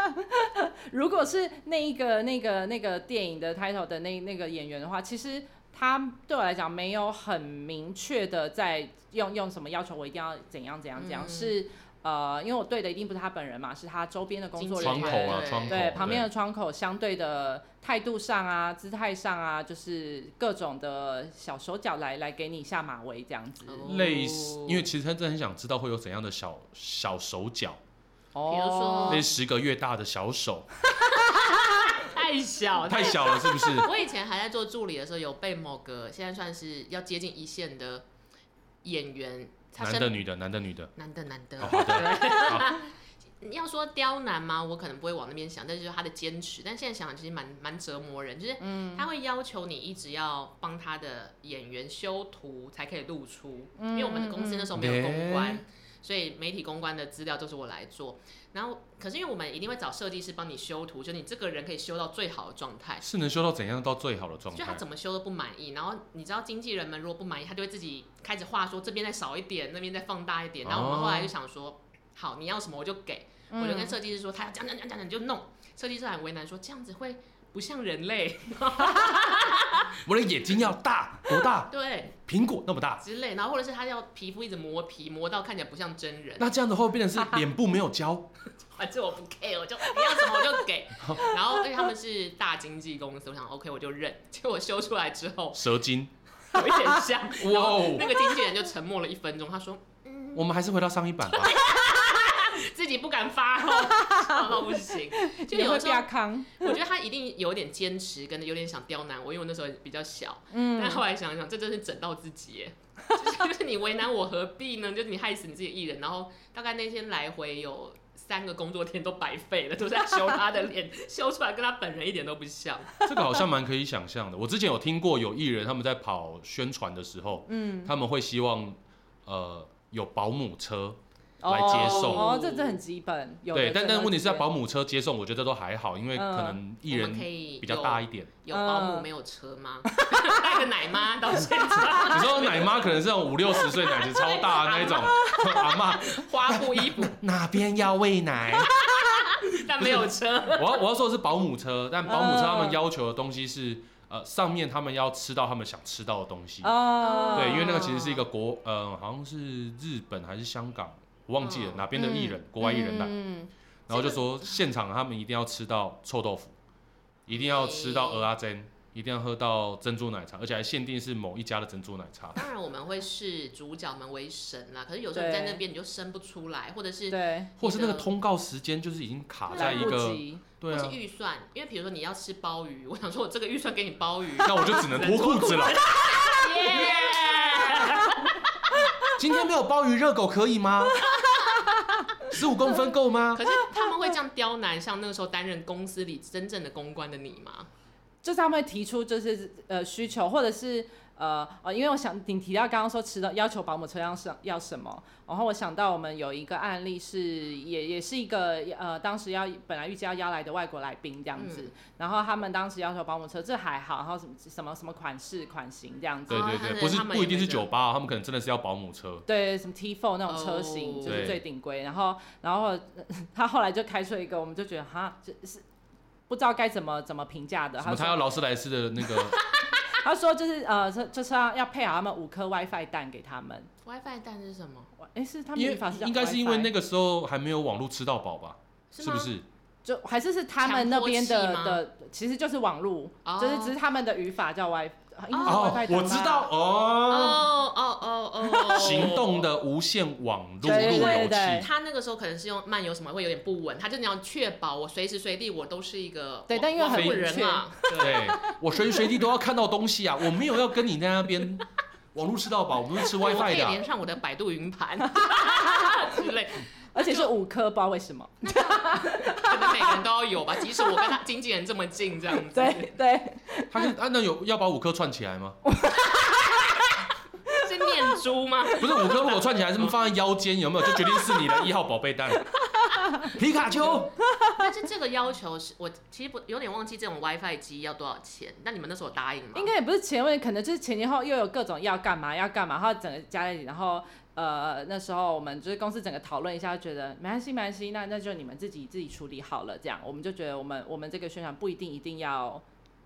Speaker 2: 如果是那一个那个那个电影的 title 的那那个演员的话，其实他对我来讲没有很明确的在用用什么要求，我一定要怎样怎样怎样，
Speaker 1: 嗯
Speaker 2: 是呃，因为我对的一定不是他本人嘛，是他周边的工作人
Speaker 3: 窗
Speaker 2: 员。
Speaker 3: 口啊，
Speaker 1: 对
Speaker 3: 窗口。
Speaker 2: 对，旁边的窗口相对的态度上啊、姿态上啊，就是各种的小手脚来来给你下马威这样子。
Speaker 1: 哦
Speaker 3: 对类似，因为其实他真的很想知道会有怎样的小小手脚，
Speaker 2: 哦，
Speaker 1: 比如说
Speaker 3: 那十个月大的小手，
Speaker 1: 太小
Speaker 3: 太小了是不是？
Speaker 1: 我以前还在做助理的时候，有被某个现在算是要接近一线的演员，他
Speaker 3: 男
Speaker 1: 身
Speaker 3: 的女的，男的女的。
Speaker 1: 男的男的
Speaker 3: 哦，好的，
Speaker 1: 你要说刁难吗？我可能不会往那边想，但是就是他的坚持。但现在想想，其实蛮蛮折磨人，就是
Speaker 3: 嗯
Speaker 1: 他会要求你一直要帮他的演员修图才可以露出，因为我们的公司那时候
Speaker 3: 嗯
Speaker 1: 没有公关。所以媒体公关的资料都是我来做，然后可是因为我们一定会找设计师帮你修图，就你这个人可以修到最好的状态
Speaker 3: 好，是能修到怎样到最好的状
Speaker 1: 就他
Speaker 3: 态？
Speaker 1: 啊怎么修都不满意，然后你知道经纪人们如果不满意，他就会自己开始话说这边再少一点，那边再放大一点。然后我们后来就想说，
Speaker 3: 哦
Speaker 1: 好，你要什么我就给，我
Speaker 2: 嗯
Speaker 3: 嗯
Speaker 1: 就跟设计师说，他要讲讲讲讲讲你就弄。设计师很为难说这样子会不像人类，
Speaker 3: 我的眼睛要大，多大？
Speaker 1: 对
Speaker 3: 苹果那 么大。
Speaker 1: 之类，然后或者是他要皮肤一直磨皮，磨到看起来不像真人。
Speaker 3: 那这样的话变成是脸部没有胶，
Speaker 1: 反正我不 care，我就你要什么我就给。然后因为他们是大经纪公司，我想 OK 我就认。结果修出来之后
Speaker 3: 蛇精。
Speaker 1: 有一点像，
Speaker 3: 哇
Speaker 1: 然后
Speaker 3: 哦
Speaker 1: 那个经纪人就沉默了一分钟，他说。
Speaker 3: 我们还是回到上一版吧。
Speaker 1: 自己不敢发哦， 笑到不行。就
Speaker 2: 也
Speaker 1: 有
Speaker 2: 会
Speaker 1: 时候
Speaker 2: 变，康，
Speaker 1: 我觉得他一定有点坚持，跟有点想刁难我，因为我那时候比较小。
Speaker 2: 嗯
Speaker 1: 但，后来想想，这真是整到自己耶，就是 就是你为难我何必呢？就是你害死你自己的艺人。然后大概那天来回有三个工作天都白费了，都在修他的脸， 修出来跟他本人一点都不像。
Speaker 3: 这个好像蛮可以想象的。我之前有听过有艺人他们在跑宣传的时候，
Speaker 2: 嗯，
Speaker 3: 他们会希望呃有保姆车，
Speaker 2: 哦
Speaker 3: 来接送
Speaker 2: 哦，这这很基本，有的
Speaker 3: 对，但
Speaker 2: 真的
Speaker 3: 但问题是在
Speaker 2: 基
Speaker 3: 保姆车接送，我觉得都还好，因为
Speaker 2: 嗯
Speaker 3: 可能艺
Speaker 1: 我们
Speaker 3: 人
Speaker 1: 可以
Speaker 3: 比较大一 点。
Speaker 1: 有保姆
Speaker 2: 嗯
Speaker 1: 没有车吗？ 带个奶妈到现 场，
Speaker 3: 你知道奶妈可能是那种五六十岁奶子超大的那一 种阿嬷，
Speaker 1: 花布衣服，
Speaker 3: 哪边要喂奶？
Speaker 1: 但没有车。
Speaker 3: 我要我要说的是保姆车，但保姆车他们
Speaker 2: 嗯
Speaker 3: 要求的东西是呃上面他们要吃到他们想吃到的东西。
Speaker 2: 哦，
Speaker 3: 对，因为那个其实是一个国，呃，好像是日本还是香港，我忘记了
Speaker 1: 嗯
Speaker 3: 哪边的艺人，国外艺人来，
Speaker 2: 嗯，
Speaker 3: 然后就说现场他们一定要吃到臭豆腐，一定要吃到鹅阿珍，一定要喝到珍珠奶茶，而且还限定是某一家的珍珠奶 茶。
Speaker 1: 当然我们会视主角们为神啦，可是有时候你在那边你就生不出来，或者是
Speaker 2: 嗯对，
Speaker 3: 或是那个通告时间就是已经卡在
Speaker 2: 来
Speaker 3: 一
Speaker 2: 不
Speaker 3: 个，
Speaker 2: 及，
Speaker 1: 或
Speaker 3: 对
Speaker 1: 是
Speaker 3: 啊，
Speaker 1: 预算，因为比如说你要吃鲍鱼，我想说我这个预算给你鲍鱼，
Speaker 3: 那我就只能脱裤子了。
Speaker 1: 耶，
Speaker 3: 今天没有鲍鱼热狗可以吗？十五公分够吗？
Speaker 1: 可是他们会这样刁难，像那个时候担任公司里真正的公关的你吗？
Speaker 2: 就是他们会提出就是呃需求，或者是呃呃，因为我想你提到刚刚说迟到要求保姆车要什要什么，然后我想到我们有一个案例是也也是一个呃当时要本来预计要邀来的外国来宾这样子，然后他们当时要求保姆车这还好，然后什么什么什么款式款型这样子，
Speaker 3: 对对
Speaker 1: 他们
Speaker 3: 对，不是
Speaker 1: 他们也
Speaker 3: 不一定是
Speaker 1: 没这
Speaker 3: 酒
Speaker 1: 样
Speaker 3: 吧，他们可能真的是要保姆车。
Speaker 2: 对，什么 T Four 那种车型、
Speaker 1: 哦
Speaker 2: 就是
Speaker 3: 对
Speaker 2: 最顶规。然后，然后呃他后来就开出了一个，我们就觉得哈，这是不知道该怎么怎么评价的。
Speaker 3: 什么
Speaker 2: 啊他
Speaker 3: 他要
Speaker 2: 说
Speaker 3: 劳斯莱斯的那个
Speaker 2: 他说就是呃，这就是要要配好他们五颗 WiFi 蛋给他们。
Speaker 1: WiFi 蛋是什么？
Speaker 2: 哎，是他们
Speaker 3: 因
Speaker 2: 语法是
Speaker 3: 为
Speaker 2: 叫
Speaker 3: 应该是因为
Speaker 2: WiFi
Speaker 3: 那个时候还没有网络吃到饱吧？是
Speaker 1: 吗
Speaker 3: 不？是？
Speaker 2: 就还是是他们那边
Speaker 1: 强
Speaker 2: 的
Speaker 1: 迫器吗
Speaker 2: 的，其实就是网路，
Speaker 1: 哦
Speaker 2: 就是只是他们的语法叫 WiFi，应该是
Speaker 1: 哦
Speaker 2: WiFi
Speaker 3: 我
Speaker 2: 灯
Speaker 3: 知
Speaker 2: 吧
Speaker 3: 道哦，
Speaker 1: 哦哦哦哦，
Speaker 3: 行动。的无线网路路
Speaker 2: 对对对
Speaker 3: 由器
Speaker 2: 对。
Speaker 1: 他那个时候可能是用漫游什么会有点不稳，他就你要确保我随时随地我都是一个
Speaker 2: 对
Speaker 1: 网
Speaker 2: 但因为
Speaker 1: 网
Speaker 2: 很
Speaker 1: 路人啊，
Speaker 3: 对，我随时随地都要看到东西啊！我没有要跟你在那 边网络吃到饱，我们是吃
Speaker 1: 我可
Speaker 3: WiFi
Speaker 1: 以
Speaker 3: 的
Speaker 1: 连
Speaker 3: 啊。
Speaker 1: 上我的百度云盘之类，
Speaker 2: 而且是五颗，不知道为什么。
Speaker 1: 可能每个人都要有吧。即使我跟他经纪人这么近，这样子，
Speaker 2: 对对，
Speaker 3: 他是啊，那有要把五颗串起来吗？
Speaker 1: 是念珠吗？
Speaker 3: 不是五颗，如果串起来，是不是放在腰间有没有？就决定是你的一号宝贝 蛋，皮卡丘。
Speaker 1: 但是这个要求是我其实不有点忘记这种 WiFi 机要多少钱，那你们那时候有答应吗？
Speaker 2: 应该也不是前问，可能就是前前后又有各种要干嘛要干嘛，然后整个家里，然后呃那时候我们就是公司整个讨论一下，觉得没关系没关系，那那就你们自己自己处理好了，这样我们就觉得我们我们这个宣传不一定一定要。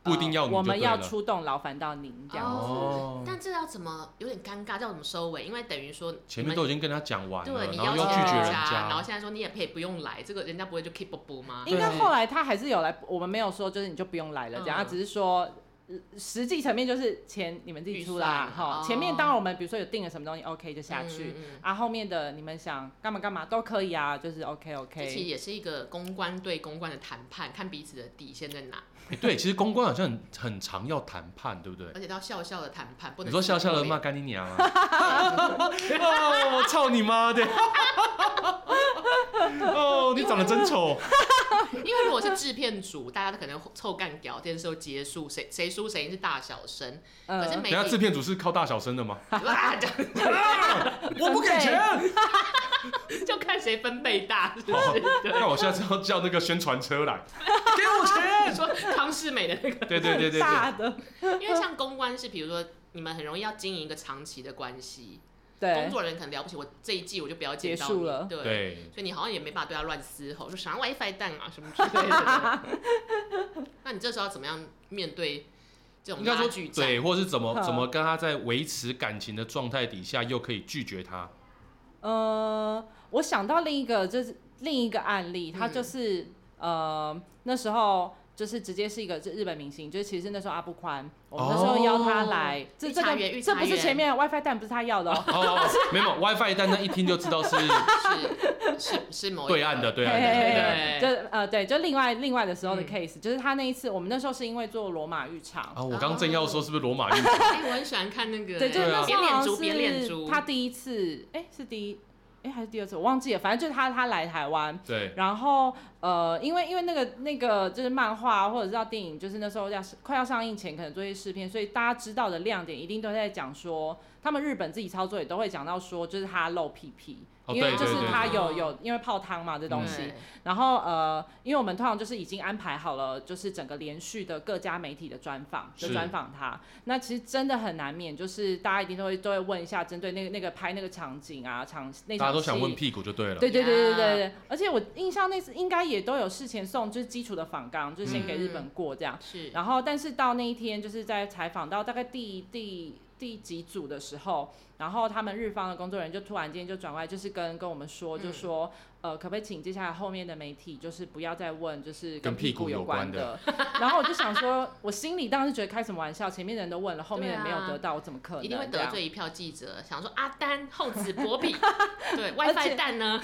Speaker 2: 呃
Speaker 3: 不一定要你就
Speaker 2: 我们要
Speaker 3: 对了
Speaker 2: 出动劳烦到您这样子，
Speaker 3: 哦
Speaker 1: 但这要怎么有点尴尬，这要怎么收尾？因为等于说
Speaker 3: 前面都已经跟他讲完了，
Speaker 1: 对你
Speaker 3: 然后
Speaker 1: 邀
Speaker 3: 又
Speaker 1: 请
Speaker 3: 拒绝人
Speaker 1: 家，然后
Speaker 3: 家，
Speaker 1: 现在说你也可以不用来，这个人家不会就 keep up 吗？
Speaker 2: 应该
Speaker 3: 对
Speaker 2: 后来他还是有来，我们没有说就是你就不用来了这
Speaker 1: 嗯
Speaker 2: 样，他只是说。呃实际层面就是钱你们自己出啦
Speaker 1: 预，算
Speaker 2: 哈、
Speaker 1: 哦
Speaker 2: 前面当然我们比如说有定了什么东西，OK 就下去，
Speaker 1: 嗯嗯嗯
Speaker 2: 啊，后面的你们想干嘛干嘛都可以啊，就是 OK
Speaker 1: 这其实
Speaker 2: OK。
Speaker 1: 也是一个公关对公关的谈判，看彼此的底线在哪，
Speaker 3: 哎对，其实公关好像很很常要谈判，对不对？
Speaker 1: 而且都要笑笑的谈判，不能
Speaker 3: 你说笑笑的骂干你 娘啊！哦，操你妈的！ 哦，你长得真丑。
Speaker 1: 因为如果是制片组，大家都可能臭干屌，这件事都结束，谁谁输谁赢是大小声，可是
Speaker 2: 嗯，
Speaker 1: 每
Speaker 3: 等一 下制片组是靠大小声的吗？
Speaker 1: 哇这样
Speaker 3: 我不给钱。
Speaker 1: 就看谁分贝大，是不
Speaker 3: 好
Speaker 1: 是？ 对，
Speaker 3: 那我现在就要叫那个宣传车 来。
Speaker 1: 给我钱！说康世美的那个，
Speaker 3: 对对对对对，
Speaker 2: 大的，
Speaker 1: 因为像公关是，比如说你们很容易要经营一个长期的关系，工
Speaker 2: 对，
Speaker 1: 作人员可能了不起，我这一季我就不要见到你
Speaker 2: 结束了
Speaker 1: 对。
Speaker 3: 对，
Speaker 1: 所以你好像也没办法对他乱嘶吼，说啥 WiFi 蛋啊什么之类的。 那你这时候要怎么样面对这种
Speaker 3: 应该
Speaker 1: 拉
Speaker 3: 说
Speaker 1: 锯战？
Speaker 3: 对，或是怎么
Speaker 2: 嗯
Speaker 3: 怎么跟他在维持感情的状态底下，又可以拒绝他。
Speaker 2: 呃，我想到另一个就是另一个案例，他
Speaker 1: 嗯
Speaker 2: 就是、呃那时候。就是直接是一个就日本明星，就是其实那时候阿布宽，我们那时候邀他来，这
Speaker 1: 御
Speaker 2: 这
Speaker 1: 茶
Speaker 2: 个
Speaker 1: 园御
Speaker 2: 这
Speaker 1: 茶
Speaker 2: 不是
Speaker 1: 园
Speaker 2: 前面的 WiFi 蛋不是他要的哦，
Speaker 3: 哦， 没有 WiFi，但那一听就知道是
Speaker 1: 是是是某一个
Speaker 3: 对岸的，对
Speaker 2: 嘿
Speaker 3: 岸的
Speaker 2: 嘿
Speaker 3: 对
Speaker 2: 嘿
Speaker 1: 对
Speaker 3: 岸的。
Speaker 2: 就呃对，就另外另外的时候的
Speaker 1: 嗯
Speaker 2: case，、就是他那一次，我们那时候是因为做罗马浴场，
Speaker 3: 啊，我刚正要说是不是罗马浴场？
Speaker 1: 哎，我很喜欢看那个，
Speaker 2: 对，就是
Speaker 3: 对
Speaker 2: 那
Speaker 3: 啊
Speaker 2: 时
Speaker 1: 别
Speaker 2: 候好
Speaker 1: 脸
Speaker 2: 像
Speaker 1: 猪，别脸
Speaker 2: 是
Speaker 1: 猪，
Speaker 2: 他第一次，哎、是第一，哎、还是第二次，我忘记了，反正就是他他来台湾。
Speaker 3: 对，
Speaker 2: 然后，呃，因为因为那个那个就是漫画啊或者是到电影，就是那时候要快要上映前，可能做一些试片，所以大家知道的亮点一定都在讲说，他们日本自己操作也都会讲到说，就是他露屁屁，
Speaker 3: 哦
Speaker 2: 因为
Speaker 3: 对
Speaker 2: 就是
Speaker 3: 对对
Speaker 2: 他
Speaker 1: 对
Speaker 2: 有有因为泡汤嘛这东西，
Speaker 1: 对
Speaker 2: 然后呃，因为我们通常就是已经安排好了，就是整个连续的各家媒体的专访，就是专访他。那其实真的很难免，就是大家一定都会都会问一下，针对那个那个拍那个场景啊，场那
Speaker 3: 大家
Speaker 2: 场
Speaker 3: 都想
Speaker 2: 戏
Speaker 3: 问屁股就对了。
Speaker 2: 对对对对对
Speaker 1: 呀
Speaker 2: 对对，而且我印象那次应该也都有事前送，就是基础的访纲，就是先给日本过这样。
Speaker 1: 是，
Speaker 2: 然后，但是到那一天，就是在采访到大概第第第几组的时候，然后他们日方的工作人员就突然间就转过来，就是跟跟我们说，
Speaker 1: 嗯
Speaker 2: 就说呃，可不可以请接下来后面的媒体就是不要再问就是
Speaker 3: 跟
Speaker 2: 屁
Speaker 3: 屁股
Speaker 2: 股
Speaker 3: 有
Speaker 2: 关
Speaker 3: 关的。
Speaker 2: 然后我就想说，我心里当然是觉得开什么玩笑，前面的人都问了，后面的人没
Speaker 1: 对啊
Speaker 2: 有得到，我怎么可能
Speaker 1: 一定会
Speaker 2: 这
Speaker 1: 得
Speaker 2: 样？
Speaker 1: 罪一票记者，想说阿丹厚此薄彼，对
Speaker 2: 而且
Speaker 1: WiFi 蛋呢？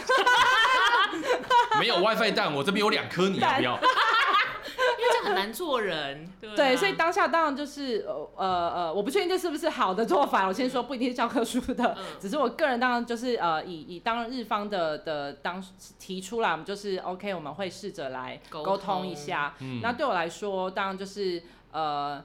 Speaker 3: 没有 WiFi 蛋，我这边有两颗，你要不要？
Speaker 1: 因为这样很难做人，对啊
Speaker 2: 对，所以当下当然就是呃呃呃，我不确定这是不是好的做法。我先说不一定是教科书的，
Speaker 1: 嗯
Speaker 2: 只是我个人当然就是呃以以当日方的的当提出来，我们就是 OK，我们会试着来
Speaker 1: 沟
Speaker 2: 沟通
Speaker 1: 通
Speaker 2: 一下。
Speaker 3: 嗯
Speaker 2: 那对我来说，当然就是呃。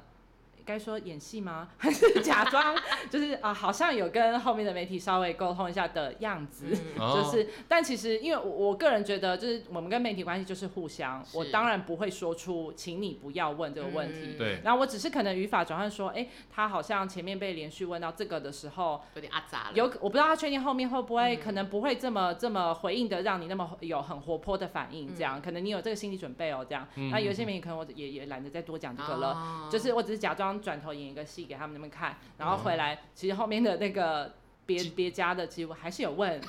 Speaker 2: 该说演戏吗？ 还是假装就是啊、好像有跟后面的媒体稍微沟通一下的样子。
Speaker 1: 嗯
Speaker 3: 哦
Speaker 2: 就是，但其实因为我我个人觉得，就是我们跟媒体关系就是互相，我
Speaker 1: 是
Speaker 2: 当然不会说出“请你不要问”这个问题
Speaker 1: 嗯，
Speaker 3: 对
Speaker 2: 然后我只是可能语法转换说，哎、他好像前面被连续问到这个的时候，
Speaker 1: 有点阿杂了。嗯
Speaker 2: 有我不知道他确定后面会不会，可能不会这么这么回应的，让你那么有很活泼的反应，
Speaker 1: 嗯
Speaker 2: 这样、可能你有这个心理准备哦，这样。那有一些媒体可能我也也懒得再多讲这个了，
Speaker 1: 哦
Speaker 2: 就是我只是假装转头演一个戏给他们那边看，然后回来，其实后面的那个别别家的，其实我还是有问，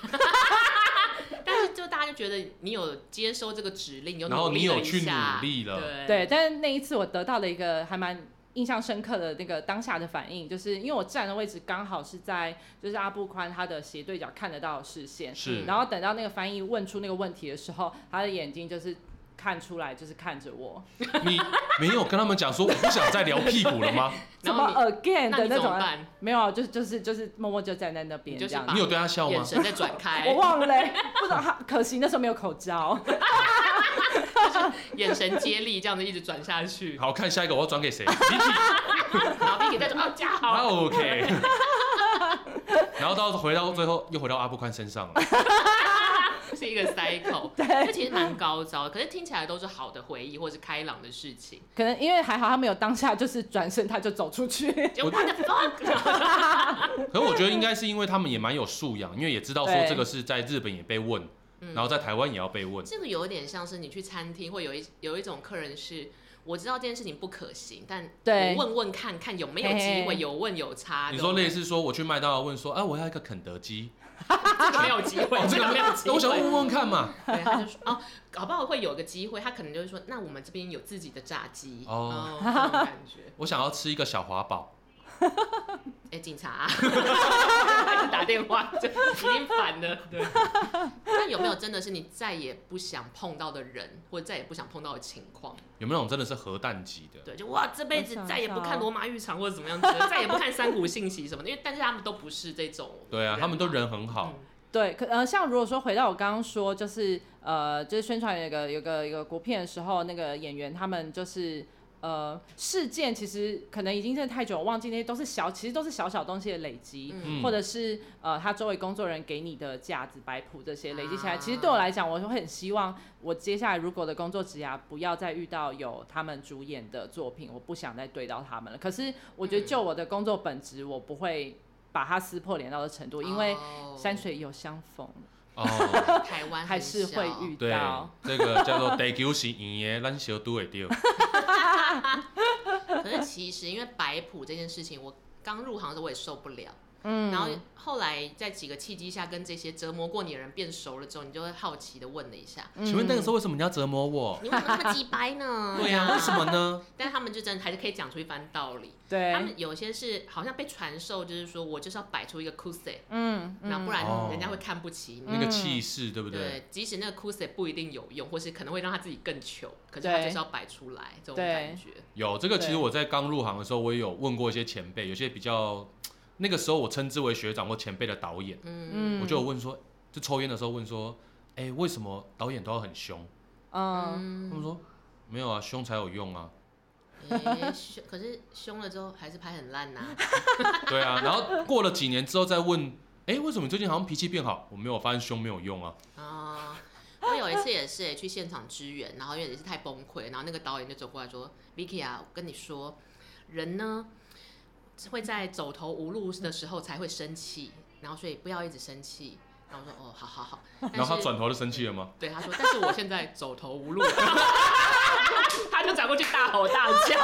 Speaker 1: 但是就大家就觉得你有接收这个指令，有
Speaker 3: 然后
Speaker 1: 努力
Speaker 3: 你有
Speaker 1: 了一
Speaker 3: 去
Speaker 1: 下
Speaker 3: 努力了
Speaker 1: 对
Speaker 2: 对，但是那一次我得到了一个还蛮印象深刻的那个当下的反应，就是因为我站的位置刚好是在就是阿布宽他的斜对角看得到的视线，
Speaker 3: 是
Speaker 2: 然后等到那个翻译问出那个问题的时候，他的眼睛就是看出来就是看着我，
Speaker 3: 你没有跟他们讲说我不想再聊屁股 了吗？
Speaker 2: 怎
Speaker 1: 然
Speaker 2: 么
Speaker 1: 后你
Speaker 2: again
Speaker 1: 那
Speaker 2: 的
Speaker 1: 你
Speaker 2: 那
Speaker 1: 怎
Speaker 2: 种
Speaker 1: 么
Speaker 2: 啊，
Speaker 1: 办？
Speaker 2: 没有啊，就是就是就是默默就站在那边
Speaker 1: 你
Speaker 2: 这
Speaker 1: 就是
Speaker 2: 样
Speaker 1: 把。
Speaker 3: 你有对他笑吗
Speaker 1: 眼？神再转开
Speaker 2: 我，忘了、欸，不知道他，可惜那时候没有口罩。
Speaker 1: 眼神接力这样子一直转下去，
Speaker 3: 好看下一个我要转给谁？集体
Speaker 1: 然后并且再转哦加
Speaker 3: 啊
Speaker 1: 好，
Speaker 3: OK。然后到回到最后又回到阿布宽身上了，
Speaker 1: 是一个 cycle，这其实蛮高招的，可是听起来都是好的回忆或是开朗的事情。
Speaker 2: 可能因为还好他没有当下就是转身他就走出去，
Speaker 1: 就 what the fuck，
Speaker 3: 可是我觉得应该是因为他们也蛮有素养，因为也知道说
Speaker 2: 对
Speaker 3: 这个是在日本也被问，
Speaker 1: 嗯
Speaker 3: 然后在台湾也要被问。
Speaker 1: 这个有点像是你去餐厅会有一有一种客人是。我知道这件事情不可行，但
Speaker 2: 对
Speaker 1: 我问问看看有没有
Speaker 2: 嘿嘿
Speaker 1: 机会，有问有差。
Speaker 3: 你说类
Speaker 1: 类
Speaker 3: 似说我去麦当劳问说啊我要一个肯德基，
Speaker 1: 没有机会
Speaker 3: 哦，这
Speaker 1: 这
Speaker 3: 个
Speaker 1: 个 没有机会。
Speaker 3: 那我想问问看嘛，
Speaker 1: 对，他就说哦，搞不好会有个机会，他可能就是说，那我们这边有自己的炸鸡
Speaker 3: 哦
Speaker 1: 这种感觉。
Speaker 3: 我想要吃一个小华堡。
Speaker 1: 哎、警察、啊， 开始打电话就已经烦了。对，那有没有真的是你再也不想碰到的人，或者再也不想碰到的情况？
Speaker 3: 有没有那种真的是核弹级的？
Speaker 1: 对，就哇，这辈
Speaker 2: 我
Speaker 1: 子
Speaker 2: 想
Speaker 1: 再也不
Speaker 2: 一下
Speaker 1: 看
Speaker 2: 哦
Speaker 1: 罗马浴场或者怎么样子，再也不看山谷信息什么的，因为但是他们都不是这种。
Speaker 3: 对啊，他们都人很好。
Speaker 1: 嗯
Speaker 2: 对，可呃，像如果说回到我刚刚说，就是呃，就是宣传有个有个有个国片的时候，那个演员他们就是呃事件，其实可能已经真的太久，我忘记那些都是小，其实都是小小东西的累积。
Speaker 1: 嗯
Speaker 2: 或者是呃，他周围工作人员给你的架子、摆谱这些累积起来，
Speaker 1: 啊
Speaker 2: 其实对我来讲，我就会很希望我接下来如果我的工作职涯不要再遇到有他们主演的作品，我不想再对到他们了。可是我
Speaker 1: 嗯
Speaker 2: 觉得就我的工作本质，我不会把它撕破脸到的程度，因为
Speaker 1: 哦
Speaker 2: 山水有相逢，
Speaker 3: 哦，
Speaker 1: 台湾很
Speaker 2: 还是会
Speaker 1: 小
Speaker 2: 遇
Speaker 3: 对
Speaker 2: 到。，
Speaker 3: 这个叫做地球是圆的，咱小都会丢。
Speaker 1: 可是其实因为摆谱这件事情，我刚入行的时候我也受不了，
Speaker 2: 嗯，
Speaker 1: 然后后来在几个契机下跟这些折磨过你的人变熟了之后，你就会好奇的问了一下，
Speaker 2: 嗯
Speaker 3: 请问那个时候为什么你要折磨我？
Speaker 1: 你为什么那么鸡掰呢？
Speaker 3: 哦 对啊呀，为什么？呢？
Speaker 1: 但他们就真的还是可以讲出一番道理。他
Speaker 2: 对，
Speaker 1: 们有些是好像被传授，就是说我就是要摆出一个 c u s e
Speaker 2: 嗯，
Speaker 1: 然后不
Speaker 2: 然
Speaker 3: 哦
Speaker 1: 然人家会看不起你。
Speaker 3: 那个气势，对不对？
Speaker 1: 对，即使那个 c u s e 不一定有用，或是可能会让他自己更糗，可是他
Speaker 2: 对
Speaker 1: 就是要摆出来这种
Speaker 2: 对
Speaker 1: 感觉。
Speaker 3: 有这个，其实
Speaker 2: 对
Speaker 3: 我在刚入行的时候，我也有问过一些前辈，有些比较那个时候我称之为学长或前辈的导演，
Speaker 1: 嗯，
Speaker 2: 嗯，
Speaker 3: 我就有问说，就抽烟的时候问说，哎，为什么导演都要很凶？
Speaker 2: 嗯，
Speaker 3: 他
Speaker 1: 嗯
Speaker 3: 们说没有啊，凶才有用啊。
Speaker 1: 诶凶， 可是凶了之后还是拍很烂呐、
Speaker 3: 对啊，然后过了几年之后再问，哎、为什么你最近好像脾气变好？我没有我发现凶没有用啊。
Speaker 1: 啊。我有一次也是、欸、去现场支援，然后因为也是太崩溃，然后那个导演就走过来说：“Vicky 啊，我跟你说，人呢会在走投无路的时候才会生气，然后所以不要一直生气。”然后我说：“哦，好好好。”
Speaker 3: 然后他
Speaker 1: 但是
Speaker 3: 转头就生气了吗？
Speaker 1: 对他说：“但是我现在走投 无路。”他就转过去大吼大叫，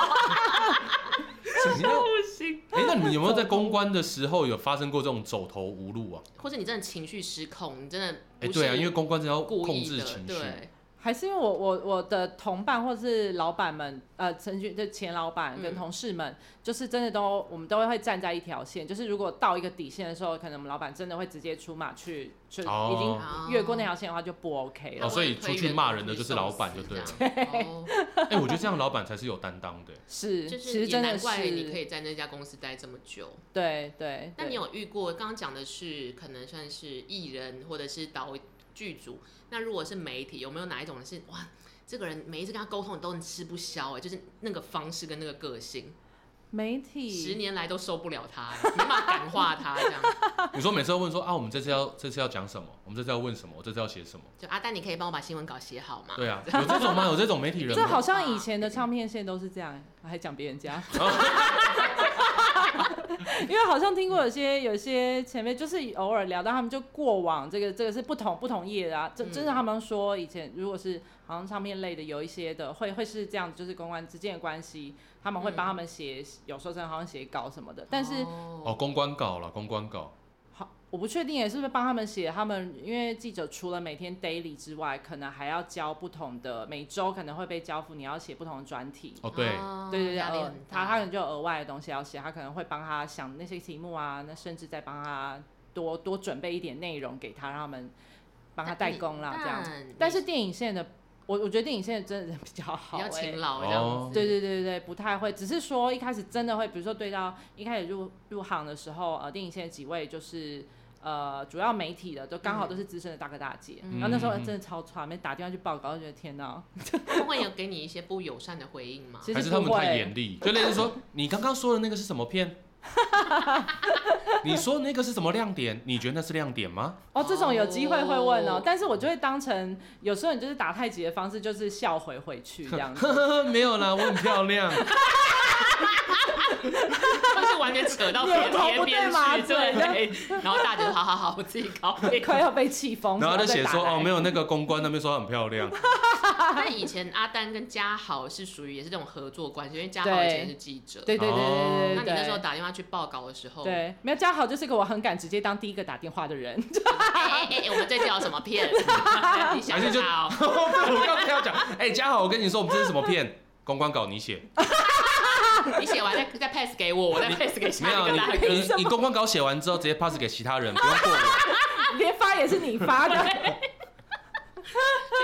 Speaker 1: 不行。
Speaker 3: 哎、那你有没有在公关的时候有发生过这种走投无路啊？
Speaker 1: 或者你真的情绪失控，你真的不
Speaker 3: 哎、
Speaker 1: 是
Speaker 3: 对啊，因为公关是要
Speaker 1: 故
Speaker 3: 控
Speaker 1: 意
Speaker 3: 制
Speaker 1: 的，
Speaker 3: 情绪。哦
Speaker 1: 对，
Speaker 2: 还是因为我我我的同伴或是老板们，呃，曾经就前老板
Speaker 1: 嗯
Speaker 2: 跟同事们，就是真的都我们都会站在一条线，就是如果到一个底线的时候，可能我们老板真的会直接出马去，就已
Speaker 3: 哦
Speaker 2: 经越过那条线的话就不 OK
Speaker 3: 哦
Speaker 2: 了。
Speaker 3: 所以出去骂人的就是老板就对了
Speaker 1: 了。哦
Speaker 3: 哎、我觉得这样老板才是有担 当的、
Speaker 2: 是，
Speaker 1: 就
Speaker 2: 其
Speaker 1: 是
Speaker 2: 实
Speaker 1: 也
Speaker 2: 真
Speaker 1: 难
Speaker 2: 的
Speaker 1: 怪你可
Speaker 2: 是，
Speaker 1: 以在那家公司待这么久。
Speaker 2: 对对。
Speaker 1: 那
Speaker 2: 对
Speaker 1: 你有遇过？刚刚讲的是可能算是艺人或者是导剧组，那如果是媒体，有没有哪一种人是哇？这个人每一次跟他沟通，你都很吃不消哎、就是那个方式跟那个个性，
Speaker 2: 媒
Speaker 1: 十
Speaker 2: 体
Speaker 1: 年来都受不了他， 没办法感化他，这样。
Speaker 3: 你说每次要问说啊，我们这次要这次要讲什么？我们这次要问什么？我这次要写 什么？
Speaker 1: 就阿啊丹，你可以帮我把新闻稿写好吗？
Speaker 3: 对啊，有这种吗？有这种媒体人
Speaker 2: 这
Speaker 3: 吗？
Speaker 2: 好像以前的唱片线都是这样，还讲别人家，
Speaker 3: 啊
Speaker 2: 因为好像听过有些有些前辈就是偶尔聊到他们就过往这个这个是不同不同业的啊，这
Speaker 1: 嗯
Speaker 2: 真是他们说以前如果是好像唱片类的有一些的会会是这样，就是公关之间的关系，他们会帮他们写，有时候真的好像写稿什么的，但是
Speaker 3: 哦，
Speaker 1: 哦，
Speaker 3: 公关稿了，公关稿。
Speaker 2: 好，我不确定也是不是帮他们写，他们因为记者除了每天 daily 之外，可能还要交不同的，每周可能会被交付你要写不同的专题。
Speaker 3: 哦，对，
Speaker 1: 啊
Speaker 2: 对对对，
Speaker 1: 嗯压力
Speaker 2: 呃
Speaker 1: 很
Speaker 2: 他他可
Speaker 1: 大。
Speaker 2: 能就有额外的东西要写，他可能会帮他想那些题目啊，那甚至再帮他多多准备一点内容给他，让他们帮他代工
Speaker 1: 嗯
Speaker 2: 啦，这样。
Speaker 1: 样
Speaker 2: 但是电影线的，我我觉得电影线的真的比较好、
Speaker 1: 比
Speaker 2: 欸，
Speaker 1: 较勤劳
Speaker 3: 欸
Speaker 1: 这样
Speaker 3: 哦
Speaker 1: 子。
Speaker 2: 对对对对，不太会，只是说一开始真的会，比如说对到一开始入入行的时候，呃，电影线几位就是呃主要媒体的，都刚好都是资深的大哥大姐，
Speaker 1: 嗯
Speaker 2: 然后那时候
Speaker 3: 嗯嗯嗯
Speaker 2: 真的超差，没打电话去报告，就觉得天哪，
Speaker 1: 他们会有给你一些不友善的回应吗？
Speaker 2: 其
Speaker 3: 还
Speaker 2: 实
Speaker 3: 是他们
Speaker 2: 不会
Speaker 3: 太严厉，就类似说，你刚刚说的那个是什么片？ 你说那个是什么亮点？你觉得那是亮点吗？
Speaker 2: 哦，这种有机会会问哦，
Speaker 1: 哦
Speaker 2: 但是我就会当成有时候你就是打太极的方式，就是笑回回去这样子。
Speaker 3: 没有啦，我很漂亮。
Speaker 1: 就是完全扯 到
Speaker 2: 脸
Speaker 1: 边
Speaker 2: 头不
Speaker 1: 边
Speaker 2: 对
Speaker 1: 边
Speaker 2: 马
Speaker 1: 去，
Speaker 2: 嘴
Speaker 1: 对。然后大姐说：“好好好，我自己 搞定。
Speaker 2: 快要被气疯，
Speaker 3: 然后他就写
Speaker 2: 再打
Speaker 3: 说，
Speaker 2: 来
Speaker 3: 哦，没有那个公关那边说她很漂亮。
Speaker 1: 但以前阿丹跟嘉豪是属于也是这种合作关系，因为嘉豪以前是记者。
Speaker 2: 对对对对对对对，
Speaker 3: 哦
Speaker 1: 那你那时候打电话去报告的时候，
Speaker 2: 对，没有嘉豪就是个我很敢直接当第一个打电话的人，
Speaker 1: 哎哎哎，我们这次要什么 片？你想
Speaker 3: 还是
Speaker 1: 一
Speaker 3: 就
Speaker 1: 下哦。
Speaker 3: 我刚才要讲，哎，嘉豪，我跟你说，我们这是什么片？ 公关稿你写，
Speaker 1: 你写完再再 pass 给我，我再 pass 给下
Speaker 3: 没有
Speaker 1: 一个
Speaker 3: 你呃
Speaker 1: 大哥。
Speaker 3: 你你公关稿写完之后，直接 pass 给其他人，不用过我。
Speaker 2: 连发也是你发的。
Speaker 1: 所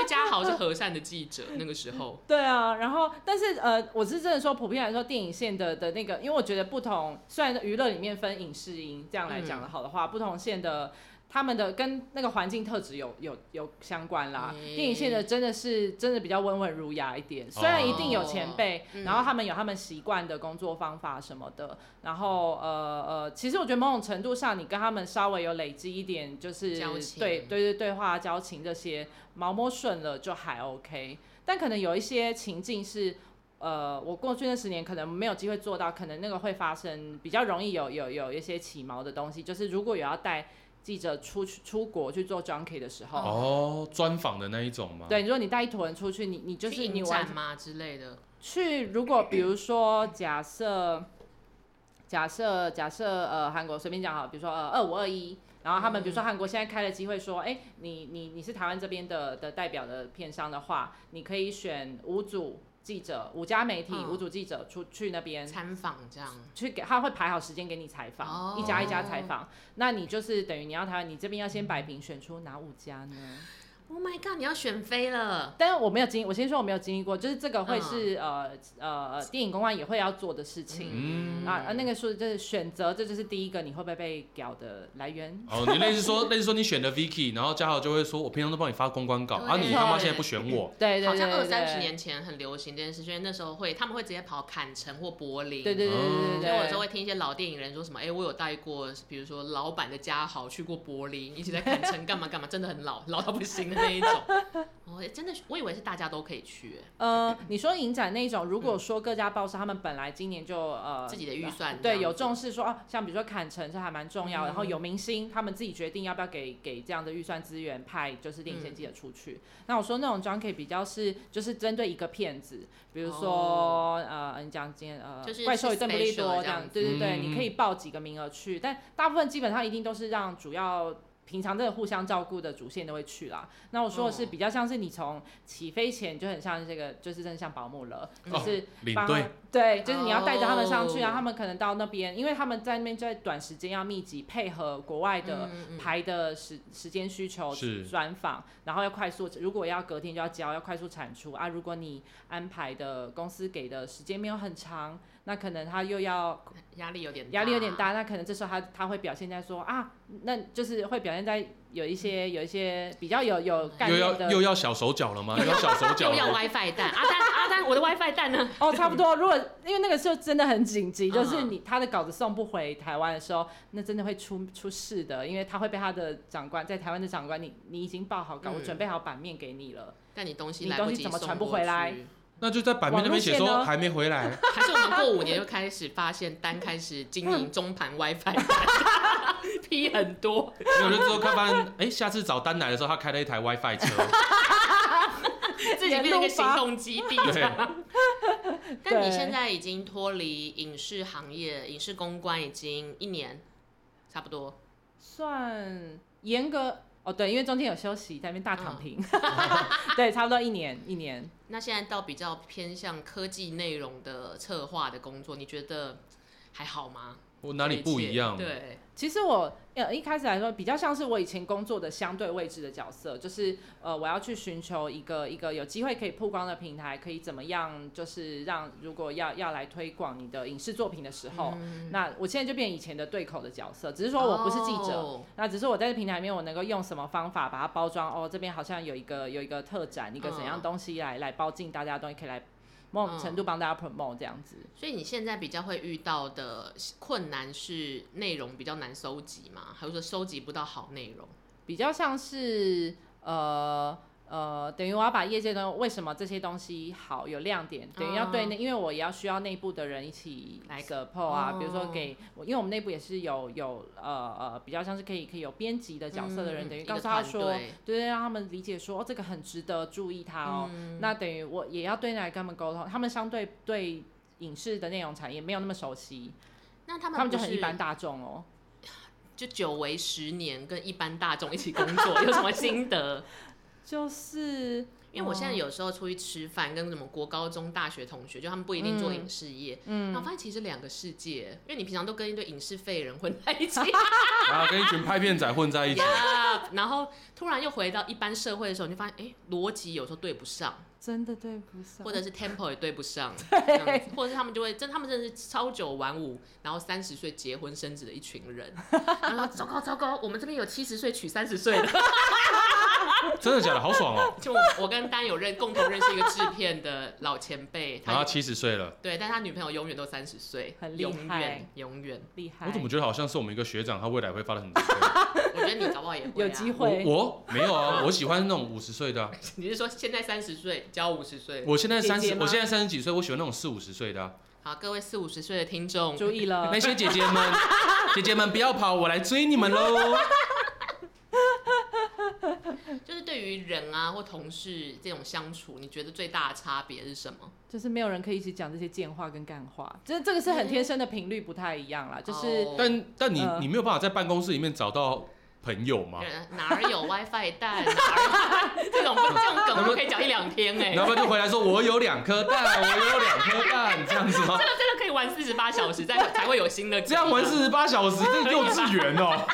Speaker 1: 以嘉豪是和善的记者，那个时 候
Speaker 2: 对啊，然后但是呃，我是真的说，普遍来说，电影线的的那个，因为我觉得不同，虽然娱乐里面分影视音这样来讲的好的话，不同线的他们的跟那个环境特质有有有相关啦。
Speaker 1: 嗯
Speaker 2: 电影线的真的是真的比较温文儒雅一点，虽然一定有前辈，
Speaker 1: 嗯
Speaker 2: 然后他们有他们习惯的工作方法什么的，然后呃呃，其实我觉得某种程度上，你跟他们稍微有累积一点，就是
Speaker 1: 交情
Speaker 2: 对对对对话交情这些呃毛摸顺了就还 OK。但可能有一些情境是，呃，我过去那十年可能没有机会做到，可能那个会发生比较容易有有有一些起毛的东西，就是如果有要带记者出去出国去做 junkie 的时候，
Speaker 3: 哦，专访的那一种吗？
Speaker 2: 对，如果你带一坨人出去，你你就
Speaker 1: 去
Speaker 2: 是你
Speaker 1: 影
Speaker 2: 完
Speaker 1: 展嘛之类的。
Speaker 2: 去，如果比如说假设，假设假设呃，韩国随便讲好，比如说呃二五二一，然后他们比
Speaker 1: 嗯
Speaker 2: 如说韩国现在开了机会说，哎、你你你是台湾这边的的代表的片商的话，你可以选五组记者，五家媒体
Speaker 1: 嗯
Speaker 2: 五组记者出去那边
Speaker 1: 参访这样。
Speaker 2: 去给他会排好时间给你采访，
Speaker 1: 哦
Speaker 2: 一家一家采访。那你就是等于你要台湾，你这边要先摆平，选出哪五家呢？
Speaker 1: Oh my god！你要选妃了，
Speaker 2: 但是我没有经历，我先说我没有经历过，就是这个会是、呃呃电影公关也会要做的事情、
Speaker 3: 嗯，
Speaker 2: 啊啊，那个说就是选择，这就是第一个你会不会被屌的来源。
Speaker 3: 哦，你类似说 类似说你选的 Vicky，然后嘉豪就会说，我平常都帮你发公关稿，
Speaker 1: 对
Speaker 3: 啊，你他妈现在不选我，
Speaker 2: 对对
Speaker 1: 好
Speaker 2: 对
Speaker 1: 像
Speaker 2: 对
Speaker 1: 二
Speaker 2: 对，
Speaker 1: 三十年前很流行这件事，所以那时候会他们会直接跑坎城或柏林。
Speaker 2: 对。对对对对
Speaker 1: 所以我有时
Speaker 2: 对
Speaker 1: 候会听一些老电影人说什么，哎、我有带过，比如说老板的家豪去过柏林，一起在坎城干嘛干嘛，真的很老，老到不行的那 一种。哦，哎真的，我以为是大家都可以去、
Speaker 2: 呃，你说影展那种，如果说各家报社他们本来今年就呃
Speaker 1: 自己的预算这样
Speaker 2: 对
Speaker 1: 子嗯
Speaker 2: 有重视说哦，像比如说砍城这还蛮重要，然后有明星他们自己决定要不要给给这样的预算资源派就是电影线记者出
Speaker 1: 嗯
Speaker 2: 去。那我说那种 junkie 比较是就是针对一个片子，比如说、呃你讲今天呃
Speaker 1: 哦就是
Speaker 2: 怪兽与
Speaker 1: 是
Speaker 2: 邓布利
Speaker 1: special
Speaker 2: 多
Speaker 1: 这
Speaker 2: 这
Speaker 1: 样
Speaker 2: 样
Speaker 1: 子，
Speaker 2: 对对对，
Speaker 3: 嗯
Speaker 2: 你可以报几个名额去，但大部分基本上一定都是让主要。平常这个互相照顾的主线都会去啦。那我说的是
Speaker 1: 哦
Speaker 2: 比较像是你从起飞前就很像这个，就是真的像保姆了，就
Speaker 3: 哦
Speaker 2: 是
Speaker 3: 领
Speaker 2: 帮他
Speaker 3: 队
Speaker 2: 们，对，就是你要带着他们上去，
Speaker 1: 哦
Speaker 2: 然后他们可能到那边，因为他们在那边就在短时间要密集配合国外的
Speaker 1: 嗯
Speaker 2: 排的时时间需求
Speaker 3: 是
Speaker 2: 专访，然后要快速，如果要隔天就要交，要快速产出啊。如果你安排的公司给的时间没有很长，那可能他又要
Speaker 1: 嗯压力有点
Speaker 2: 压力有点，大，那可能这时候他他会表现在说啊，那就是会表现在有一些有一些比较有有概
Speaker 3: 又
Speaker 2: 念
Speaker 3: 要
Speaker 2: 的
Speaker 3: 又要小手脚了吗？又要小手 脚
Speaker 1: 又要
Speaker 3: 了，
Speaker 1: WiFi 蛋。阿丹阿丹，我的 WiFi 蛋呢？
Speaker 2: 哦，差不多。如果因为那个时候真的很紧急，就是
Speaker 1: 嗯
Speaker 2: 你他的稿子送不回台湾的时候，那真的会出出事的，因为他会被他的长官在台湾的长官，你你已经报好稿，
Speaker 1: 嗯
Speaker 2: 我准备好版面给你了，
Speaker 1: 但你东西
Speaker 2: 你
Speaker 1: 来不
Speaker 2: 东西
Speaker 1: 及
Speaker 2: 怎么
Speaker 1: 送
Speaker 2: 传不
Speaker 1: 过
Speaker 2: 回来
Speaker 1: 去
Speaker 3: 那就在版面那边写
Speaker 2: 网路线
Speaker 3: 说
Speaker 2: 呢
Speaker 3: 还没回来，
Speaker 1: 还是我们过五年就开始发现单开始经营中盘 WiFi 批很多，
Speaker 3: 结果就之后看发现，哎，下次找丹来的时候，他开了一台 WiFi 车，
Speaker 1: 自己变成一个行动基 地。
Speaker 3: 对，
Speaker 1: 但你现在已经脱离影视行业，影视公关已经一年差不多，
Speaker 2: 算严格。哦，对，因为中间有休息，在那边大
Speaker 1: 嗯
Speaker 2: 躺平， 对，差不多一年一年。
Speaker 1: 那现在到比较偏向科技内容的策划的工作，你觉得还好吗？
Speaker 3: 我哪里不一样？
Speaker 1: 对，
Speaker 2: 其实我呃一开始来说，比较像是我以前工作的相对位置的角色，就是呃我要去寻求一个一个有机会可以曝光的平台，可以怎么样，就是让如果要要来推广你的影视作品的时候，
Speaker 1: 嗯
Speaker 2: 那我现在就变以前的对口的角色，只是说我不是记者。
Speaker 1: 哦
Speaker 2: 那只是我在这平台里面，我能够用什么方法把它包装？哦，这边好像有一个有一个特展，一个怎样
Speaker 1: 嗯
Speaker 2: 东西来、来包进大家的东西，可以来某种程度帮大家 promote 这样子。
Speaker 1: 所以你现在比较会遇到的困难是内容比较难收集嘛，还是说收集不到好内容？
Speaker 2: 比较像是呃呃，等于我要把业界的为什么这些东西好有亮点，等于要
Speaker 1: 嗯
Speaker 2: 对那，因为我也要需要内部的人一起
Speaker 1: 来
Speaker 2: support 啊，比如说
Speaker 1: 哦
Speaker 2: 给我，因为我们内部也是有有呃呃，比较像是可以可以有编辑的角色的人，
Speaker 1: 嗯
Speaker 2: 等于
Speaker 1: 一个
Speaker 2: 告诉他
Speaker 1: 团
Speaker 2: 说，
Speaker 1: 队
Speaker 2: 对，让他们理解说哦，这个很值得注意它哦。
Speaker 1: 嗯
Speaker 2: 那等于我也要对来跟他们沟通，他们相对对影视的内容产业没有那么熟悉，
Speaker 1: 那他们
Speaker 2: 他们就
Speaker 1: 不
Speaker 2: 很
Speaker 1: 是
Speaker 2: 一般大众哦。
Speaker 1: 就久违十年，跟一般大众一起工作，有什么心得？
Speaker 2: 就是
Speaker 1: 因为我现
Speaker 2: 哦
Speaker 1: 在有时候出去吃饭，跟什么国高中、大学同学，就他们不一定做影视业，嗯，然后发现其实两个世界，因为你平常都跟一堆影视废人混在一起，
Speaker 3: 然后跟一群拍片仔混在 一起，
Speaker 1: 呀然后突然又回到一般社会的时候，你就发现，哎，逻辑有时候对不上，
Speaker 2: 真的对不上，
Speaker 1: 或者是 tempo 也对不上，这样子或者是他们就会真，他们真的是朝九晚五，然后三十岁结婚生子的一群 人，然后说糟糕糟糕，我们这边有七十岁娶三十岁的。
Speaker 3: 真的假的？好爽哦！
Speaker 1: 就我我跟丹有认共同认识一个制片的老前辈，
Speaker 3: 然
Speaker 1: 他
Speaker 3: 后他七十岁了，
Speaker 1: 对，但他女朋友永远都三十岁，
Speaker 2: 很厉害
Speaker 1: 永远永远。
Speaker 2: 厉害。
Speaker 3: 我怎么觉得好像是我们一个学长，他未来会发展很多。
Speaker 1: 我觉得你搞不好也会、啊、
Speaker 2: 有机
Speaker 3: 我
Speaker 2: 会
Speaker 3: 我没有啊，我喜欢那种五十岁的啊、
Speaker 1: 你是说现在三十岁交五十岁？
Speaker 3: 我现在
Speaker 2: 姐姐
Speaker 3: 三十，
Speaker 2: 吗
Speaker 3: 我现在三十几岁，我喜欢那种四五十岁的啊、
Speaker 1: 好，各位四五十岁的听众，
Speaker 2: 注意 了
Speaker 3: 那，些姐姐 们，姐姐们不要跑，我来追你们喽！
Speaker 1: 就是对于人啊或同事这种相处，你觉得最大的差别是什么？
Speaker 2: 就是没有人可以一起讲这些贱话跟干话，这这个是很天生的频率不太一样啦，就是
Speaker 1: 哦
Speaker 3: 但但你
Speaker 2: 呃
Speaker 3: 你没有办法在办公室里面找到朋友吗？
Speaker 1: 人哪儿有 WiFi 蛋？哪儿有这种这种梗都可以讲一两天哎、
Speaker 3: 然后就回来说我有两颗蛋，我有两颗蛋，这样子吗
Speaker 1: 这？个真的可以玩四十八小时，再才会有新的梗。
Speaker 3: 这样玩四十八小时，这幼稚园哦、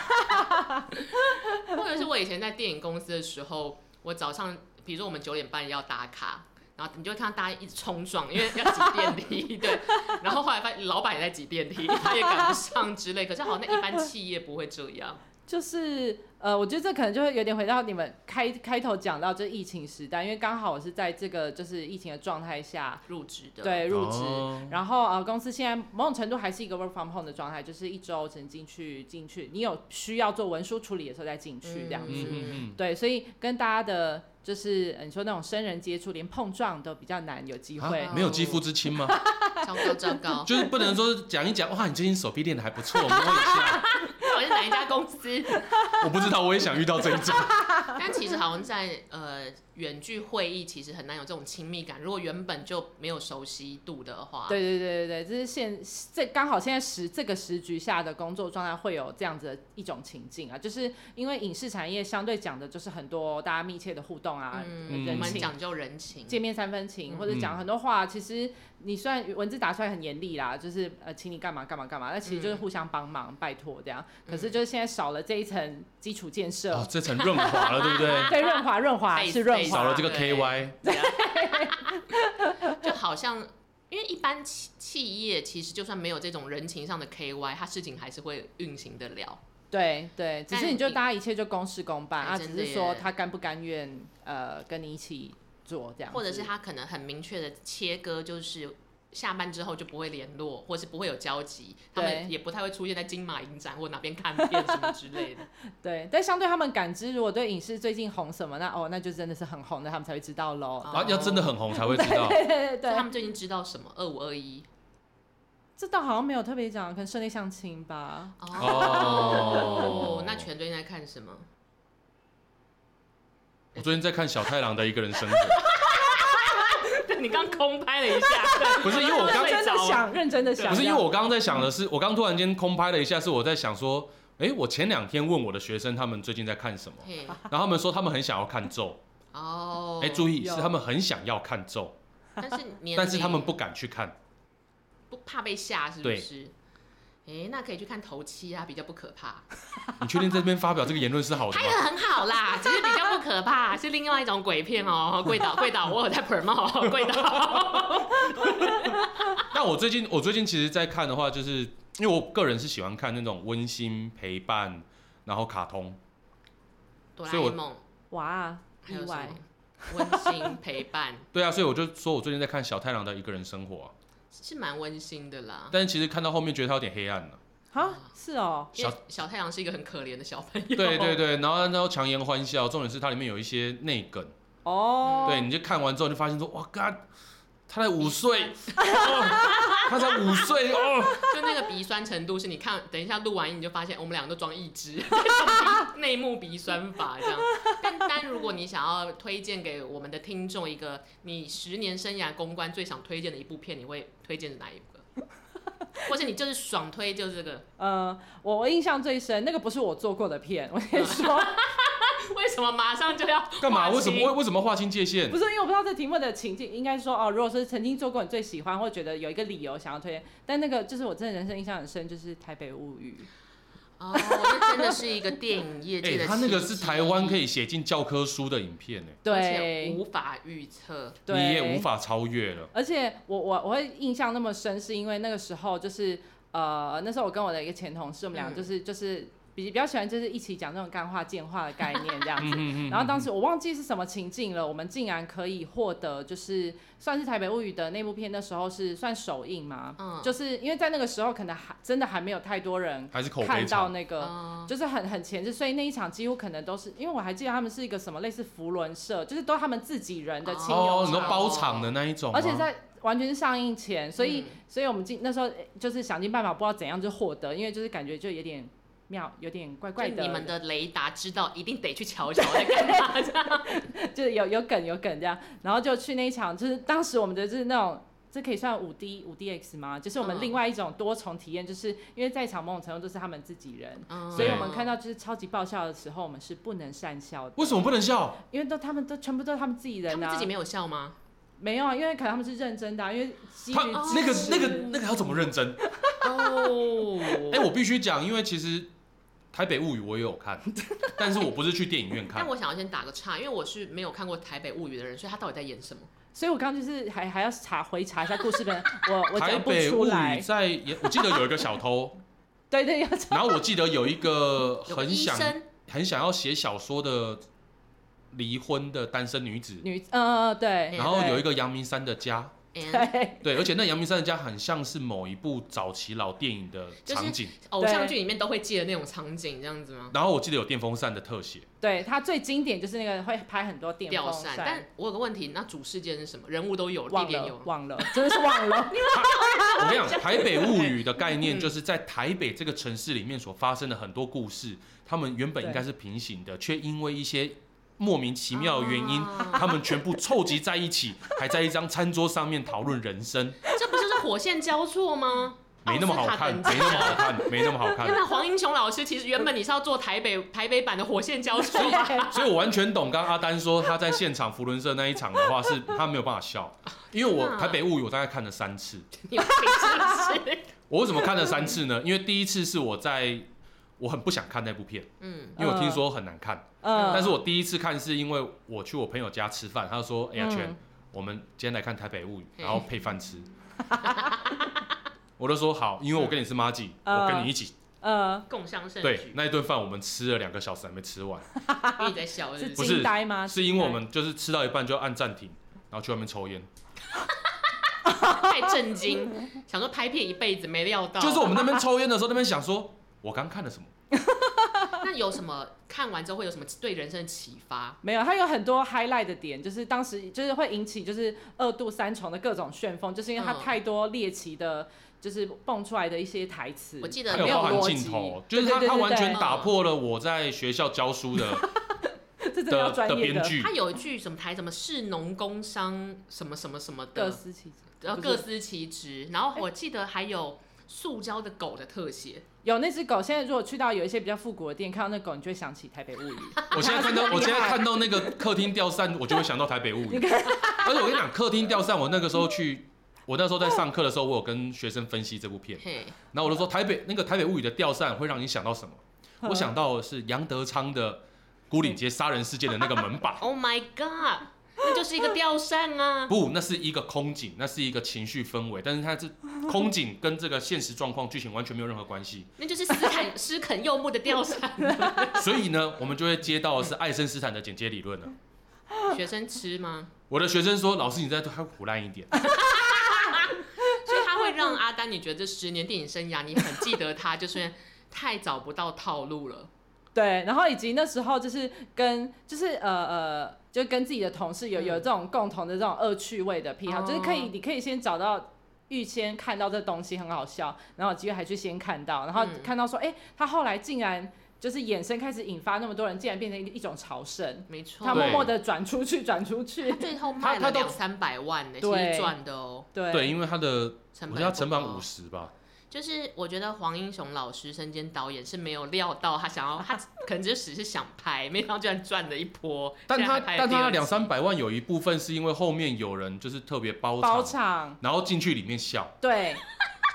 Speaker 1: 或者是我以前在电影公司的时候，我早上比如说我们九点半要打卡，然后你就会看到大家一直冲撞，因为要挤电梯，对。然后后来发现老板也在挤电 梯，他也赶不上之类。可是好像一般企业不会这样，
Speaker 2: 就是呃，我觉得这可能就会有点回到你们开开头讲到这疫情时代，因为刚好我是在这个就是疫情的状态下，
Speaker 1: 入职的。，
Speaker 2: 对 入职，
Speaker 3: 哦
Speaker 2: 然后呃，公司现在某种程度还是一个 work from home 的状态，就是一周只能进去进去，你有需要做文书处理的时候再进去这样子。
Speaker 3: 嗯嗯嗯，
Speaker 2: 对，所以跟大家的，就是呃你说那种生人接触，连碰撞都比较难有机会。
Speaker 3: 啊没有肌肤之亲吗？
Speaker 1: 糟糕糟糕，
Speaker 3: 就是不能说讲一讲，哇，你最近手臂练的还不错，摸一下。
Speaker 1: 那我是哪一家公司？
Speaker 3: 我不知道，我也想遇到这一 种。
Speaker 1: 但其实好像在呃远距会议，其实很难有这种亲密感。如果原本就没有熟悉度的话，
Speaker 2: 对对对对对，这是现这刚好现在时这个时局下的工作状态会有这样子的一种情境啊，就是因为影视产业相对讲的就是很多大家密切的互动啊，
Speaker 1: 嗯，我
Speaker 2: 人
Speaker 1: 们
Speaker 2: 情。
Speaker 1: 讲究人情，
Speaker 2: 见面三分情，或者讲很多话，其实你虽然文字打出来很严厉啦，就是呃，请你干嘛干嘛干嘛，那其实
Speaker 1: 嗯
Speaker 2: 就是互相帮忙，拜托这样。可是就是现在少了这一层基础建设，
Speaker 3: 哦，这层润滑了，对不 对？
Speaker 2: 对润滑润滑
Speaker 1: 被
Speaker 2: 是润
Speaker 1: 被
Speaker 2: 滑，
Speaker 3: 少了这个
Speaker 1: 对
Speaker 3: KY，
Speaker 1: 就好像，因因为一般企企业其实就算没有这种人情上的 KY，它事情还是会运行得了。
Speaker 2: 对对，只
Speaker 1: 但
Speaker 2: 是你就
Speaker 1: 你
Speaker 2: 大家一切就公事公办
Speaker 1: 哎
Speaker 2: 啊，
Speaker 1: 真
Speaker 2: 只
Speaker 1: 的
Speaker 2: 是说
Speaker 1: 耶
Speaker 2: 他甘不甘愿呃跟你一起做这样子，
Speaker 1: 或者是他可能很明确的切割，就是下班之后就不会联络，或是不会有交集，他
Speaker 2: 对
Speaker 1: 们也不太会出现在金马影展或哪边看片什么之类的。
Speaker 2: 对，但相对他们感知，如果对影视最近红什么，那哦那就真的是很红的，他们才会知道喽。
Speaker 1: 哦
Speaker 3: 啊，要真的很红才会知 道。
Speaker 2: 对 对对
Speaker 1: 所以他
Speaker 2: 对，
Speaker 1: 们最近知道什么？二五二一
Speaker 2: 这倒好像没有特别讲，可能顺利相亲吧。
Speaker 3: 哦
Speaker 1: 那全最近在看什么？
Speaker 3: 我最近在看小太郎的一个 人生活，
Speaker 1: 你刚空拍了一下，
Speaker 3: 不是因为我刚啊
Speaker 2: 认真的想，认真的想，
Speaker 3: 不是因为我刚刚在想的是，我刚突然间空拍了一下，是我在想说，诶，我前两天问我的学生他们最近在看什么，
Speaker 1: 嘿
Speaker 3: 然后他们说他们很想要看咒，
Speaker 1: 哦，
Speaker 3: 诶，哎注意
Speaker 2: 有
Speaker 3: 是他们很想要看咒，
Speaker 1: 但是年龄
Speaker 3: 但是他们不敢去看。
Speaker 1: 不怕被吓，是不
Speaker 3: 对
Speaker 1: 是？哎，那可以去看头七啊，比较不可怕。
Speaker 3: 你确定在这边发表这个言论是好的
Speaker 1: 拍
Speaker 3: 吗？
Speaker 1: 的很好啦，只是比较不可怕，是另外一种鬼片哦。贵岛，贵岛，我有在 promo 贵岛。
Speaker 3: 那我最近我最近其实，在看的话，就是因为我个人是喜欢看那种温馨陪伴，然后卡通。
Speaker 1: 哆啦
Speaker 3: 所以我
Speaker 1: A 梦，
Speaker 2: 哇
Speaker 1: 还
Speaker 2: 意
Speaker 1: 有什
Speaker 2: 外
Speaker 1: 么，温馨陪伴
Speaker 3: 对啊，所以我就说我最近在看小太郎的一个人生活啊、
Speaker 1: 是蛮温馨的啦。
Speaker 3: 但是其实看到后面觉得他有点黑暗了、
Speaker 2: 啊是哦，
Speaker 1: 因为小太阳是一个很可怜的小朋友，
Speaker 3: 对对，对，然后然后强颜欢笑，重点是它里面有一些内梗，
Speaker 2: 哦，
Speaker 3: 对，你就看完之后就发现说，哇干，他才五岁，哦他才五岁哦，
Speaker 1: 就那个鼻酸程度是你看，等一下录完音你就发现我们两个都装一只， 就是内幕鼻酸法这样。但但如果你想要推荐给我们的听众一个你十年生涯公关最想推荐的一部片，你会推荐哪一个？ 或是你就是爽推就是这个？
Speaker 2: 呃，我我印象最深，那个不是我做过的片，我先说，
Speaker 1: 为什么马上就要
Speaker 3: 干嘛？
Speaker 1: 划
Speaker 3: 为什
Speaker 1: 清
Speaker 3: 么为为什么划清界限
Speaker 2: 不？是因为我不知道这题目的情境，应该说哦，如果是曾经做过你最喜欢或觉得有一个理由想要推荐，但那个就是我真的人生印象很深，就是《台北物语》。
Speaker 1: 哦，那真的是一个电影业
Speaker 3: 哎、
Speaker 1: 界的。
Speaker 3: 他那个是台湾可以，写进教科书的影片呢、
Speaker 1: 而且
Speaker 2: 对，
Speaker 1: 无法预测。
Speaker 2: 对
Speaker 3: 你也无法超越了。
Speaker 2: 而且我我我会印象那么深，是因为那个时候就是呃，那时候我跟我的一个前同事，我们俩
Speaker 1: 嗯
Speaker 2: 就是、就是比比较喜欢就是一起讲这种干话贱话的概念这样子。
Speaker 3: 嗯
Speaker 2: 然后当时我忘记是什么情境了，我们竟然可以获得就是算是《台北物语》的那部片，那时候是算首映嘛，
Speaker 1: 嗯
Speaker 2: 就是因为在那个时候可能还真的还没有太多人
Speaker 3: 还是口碑
Speaker 2: 看到
Speaker 3: 差。
Speaker 2: 那个。
Speaker 1: 嗯，
Speaker 2: 就是很很前置，所以那一场几乎可能都是，因为我还记得他们是一个什么类似福伦社，就是都他们自己人的亲
Speaker 3: 哦，
Speaker 2: 友
Speaker 3: 你
Speaker 2: 场，
Speaker 3: 说包场的那一种吗，
Speaker 2: 而且在完全是上映前，所以、
Speaker 1: 嗯
Speaker 2: 所以我们进那时候呃就是想尽办法，不知道怎样就获得，因为就是感觉就有点妙，有点怪怪
Speaker 1: 就
Speaker 2: 的，
Speaker 1: 你们的雷达知道一定得去瞧瞧在干嘛这样。
Speaker 2: 就是有有梗有梗这样，然后就去那一场，就是当时我们的就是那种。这可以算五 D 五 DX 吗？就是我们
Speaker 1: 嗯
Speaker 2: 另外一种多重体验，就是因为在场某种程度都是他们自己人，
Speaker 1: 嗯
Speaker 2: 所以我们看到就是超级爆笑的时候，我们是不能善笑的，
Speaker 3: 为什么不能笑？
Speaker 2: 因为都他们都全部都是他们自己人、啊，
Speaker 1: 他们自己没有笑吗？
Speaker 2: 没有啊，因为可能他们是认真的啊、因为基于
Speaker 3: 他
Speaker 1: 哦
Speaker 3: 那个
Speaker 2: 支持
Speaker 3: 那个那个要怎么认真？
Speaker 1: 哦，
Speaker 3: 哎、我必须讲，因为其实《台北物语》我也有看， 但是我不是去电影院
Speaker 1: 但
Speaker 3: 看。
Speaker 1: 我想要先打个岔，因为我是没有看过《台北物语》的人，所以他到底在演什么？
Speaker 2: 所以我刚刚就是还还要查回查一下故事 本，我我
Speaker 3: 台
Speaker 2: 讲不
Speaker 3: 北
Speaker 2: 出
Speaker 3: 物
Speaker 2: 来
Speaker 3: 语。在演，我记得有一个小偷，
Speaker 2: 对对，要查
Speaker 3: 然后我记得有一个
Speaker 1: 有个
Speaker 3: 很
Speaker 1: 医
Speaker 3: 想
Speaker 1: 生，
Speaker 3: 很想要写小说的离婚的单身女子，
Speaker 2: 女嗯、呃、对，
Speaker 3: 然后有一
Speaker 2: 个
Speaker 3: 个阳明山的家，
Speaker 1: 嗯
Speaker 2: 对
Speaker 3: 对，而且那阳明山的家很像是某一部早期老电影的场景，
Speaker 1: 偶像剧里面都会记得那种场景，这样子吗？
Speaker 3: 然后我记得有电风扇的特写，
Speaker 2: 对，它最经典就是那个会拍很多电
Speaker 1: 吊
Speaker 2: 风
Speaker 1: 扇，但我有个问题，那主事件是什么？人物都有，地
Speaker 2: 忘
Speaker 1: 点
Speaker 2: 了
Speaker 1: 有，
Speaker 2: 忘了，真的是 忘了。
Speaker 3: 我跟你讲，《台北物语》的概念就是在台北这个城市里面所发生的很多故事，他们原本应该是平行的，却因为一些莫名其妙的原因，
Speaker 1: 啊
Speaker 3: 他们全部凑集在一起， 还在一张餐桌上面讨论人生，
Speaker 1: 这不就是火线交错吗？
Speaker 3: 没那么好看，
Speaker 1: 哦
Speaker 3: 没那么好看， 没那么好
Speaker 1: 因为
Speaker 3: 看。
Speaker 1: 黄英雄老师其实原本你是要做台北台北版的火线交错 吧？
Speaker 3: 所以我完全懂，刚刚阿丹说他在现场福伦社那一场的话，是他没有办法笑，因为我
Speaker 1: 真的
Speaker 3: 《
Speaker 1: 啊
Speaker 3: 台北物语》我大概看了三次。
Speaker 1: 你有病是不是？
Speaker 3: 我为什么看了三次呢？因为第一次是我在我很不想看那部片，
Speaker 1: 嗯，
Speaker 3: 因为我听说很难看。
Speaker 2: 嗯，
Speaker 3: 但是我第一次看是因为我去我朋友家吃饭，他就说：“哎呀，
Speaker 2: 嗯
Speaker 3: 全，我们今天来看《台北物语》，
Speaker 1: 嗯
Speaker 3: 然后配饭吃。”我就说好，因为我跟你是妈吉，
Speaker 2: 嗯
Speaker 3: 我跟你一起。
Speaker 2: 呃，
Speaker 1: 共襄盛
Speaker 3: 对，
Speaker 1: 举。
Speaker 3: 那一顿饭我们吃了两个小时还没吃完，
Speaker 1: 因为你在笑，
Speaker 2: 是
Speaker 1: 是不
Speaker 3: 不
Speaker 1: 是
Speaker 3: 是
Speaker 2: 惊呆吗？
Speaker 3: 是因为我们就是吃到一半就按暂停，然后去外面抽烟，
Speaker 1: 太震惊， 想说拍片一辈子没
Speaker 2: 哦
Speaker 1: 料到。
Speaker 3: 就是我们那边抽烟的时候，那边想说，我刚看了什么？
Speaker 1: 那有什么看完之后会有什么对人生的启发？
Speaker 2: 没有，它有很多 highlight 的点，就是当时就是会引起就是二度三重的各种旋风，就是因为它
Speaker 1: 嗯
Speaker 2: 太多猎奇的，就是蹦出来的一些台词。
Speaker 1: 我记
Speaker 3: 还
Speaker 1: 得
Speaker 3: 有
Speaker 1: 没
Speaker 2: 有
Speaker 3: 包含
Speaker 2: 逻辑
Speaker 3: 镜头，哦就是
Speaker 2: 对
Speaker 3: 他
Speaker 2: 对对
Speaker 3: 他完
Speaker 2: 对
Speaker 3: 全
Speaker 1: 对
Speaker 3: 打破了我在学校教书的
Speaker 2: 这真的要
Speaker 3: 的
Speaker 2: 专
Speaker 3: 的
Speaker 2: 业
Speaker 3: 编
Speaker 2: 的，
Speaker 3: 剧
Speaker 1: 他，有一句什么台什么士农工商什么什么什么
Speaker 2: 各
Speaker 1: 的，
Speaker 2: 司其职。
Speaker 1: 然后
Speaker 2: 不
Speaker 1: 各
Speaker 2: 是
Speaker 1: 司其职。然后我记得还有塑胶的狗的特写，
Speaker 2: 有那只狗，现在如果去到有一些比较复古的店，看到那狗，你就会想起《台北物语》。
Speaker 3: 我现在看到我现在看到那个客厅吊扇，我就会想到台北物语
Speaker 2: 你。看，
Speaker 3: 而且我跟你讲，客厅吊扇，我那个时候去，我那时候在上课的时候，我有跟学生分析这部片，
Speaker 1: 嘿，
Speaker 3: 然后我就说台北那个台北物语的吊扇会让你想到什么？我想到的是杨德昌的孤岭街杀人事件的那个门把。
Speaker 1: Oh my god，那就是一个吊扇 啊！
Speaker 3: 不，那是一个空景，那是一个情绪氛围，但是它是空景跟这个现实状况剧情完全没有任何关系。
Speaker 1: 那就是斯肯斯肯柚木的吊扇。
Speaker 3: 所以呢，我们就会接到的是爱因斯坦的剪接理论了。
Speaker 1: 学生吃吗？
Speaker 3: 我的学生说：“老师，你再多胡乱一点。
Speaker 1: 所以他会让阿丹，你觉得这十年电影生涯你很记得他，就是太找不到套路了。
Speaker 2: 对，然后以及那时候就是跟就是呃呃，就跟自己的同事有有
Speaker 1: 嗯
Speaker 2: 这种共同的这种恶趣味的癖好，就是可以
Speaker 1: 哦
Speaker 2: 你可以先找到。预先看到这东西很好笑，然后有机会还去先看到，然后
Speaker 1: 嗯
Speaker 2: 看到说，哎、他后来竟然就是衍生开始引发那么多人，竟然变成一一种朝圣，
Speaker 1: 没错，
Speaker 2: 他
Speaker 3: 们
Speaker 2: 默
Speaker 3: 对
Speaker 2: 默的转出去，转
Speaker 1: 他
Speaker 2: 出去，
Speaker 1: 最后卖
Speaker 3: 他
Speaker 1: 了
Speaker 3: 他都
Speaker 1: 两三百万呢、其
Speaker 2: 对
Speaker 1: 实赚的哦”。
Speaker 2: 对
Speaker 3: 对，因为他的
Speaker 1: 成本
Speaker 3: 我觉得他成本
Speaker 1: 不高
Speaker 3: 五十吧，
Speaker 1: 就是我觉得黄英雄老师身兼导演是没有料到他想要，他 可能就只是想拍，没想到居然赚了一波。
Speaker 3: 但
Speaker 1: 现在
Speaker 3: 他
Speaker 1: 还拍了
Speaker 3: 但
Speaker 1: 第二
Speaker 3: 他
Speaker 1: 集
Speaker 3: 那两三百万有一部分是因为后面有人就是特别包
Speaker 2: 包
Speaker 3: 场，
Speaker 2: 场，
Speaker 3: 然后进去里面笑，
Speaker 2: 对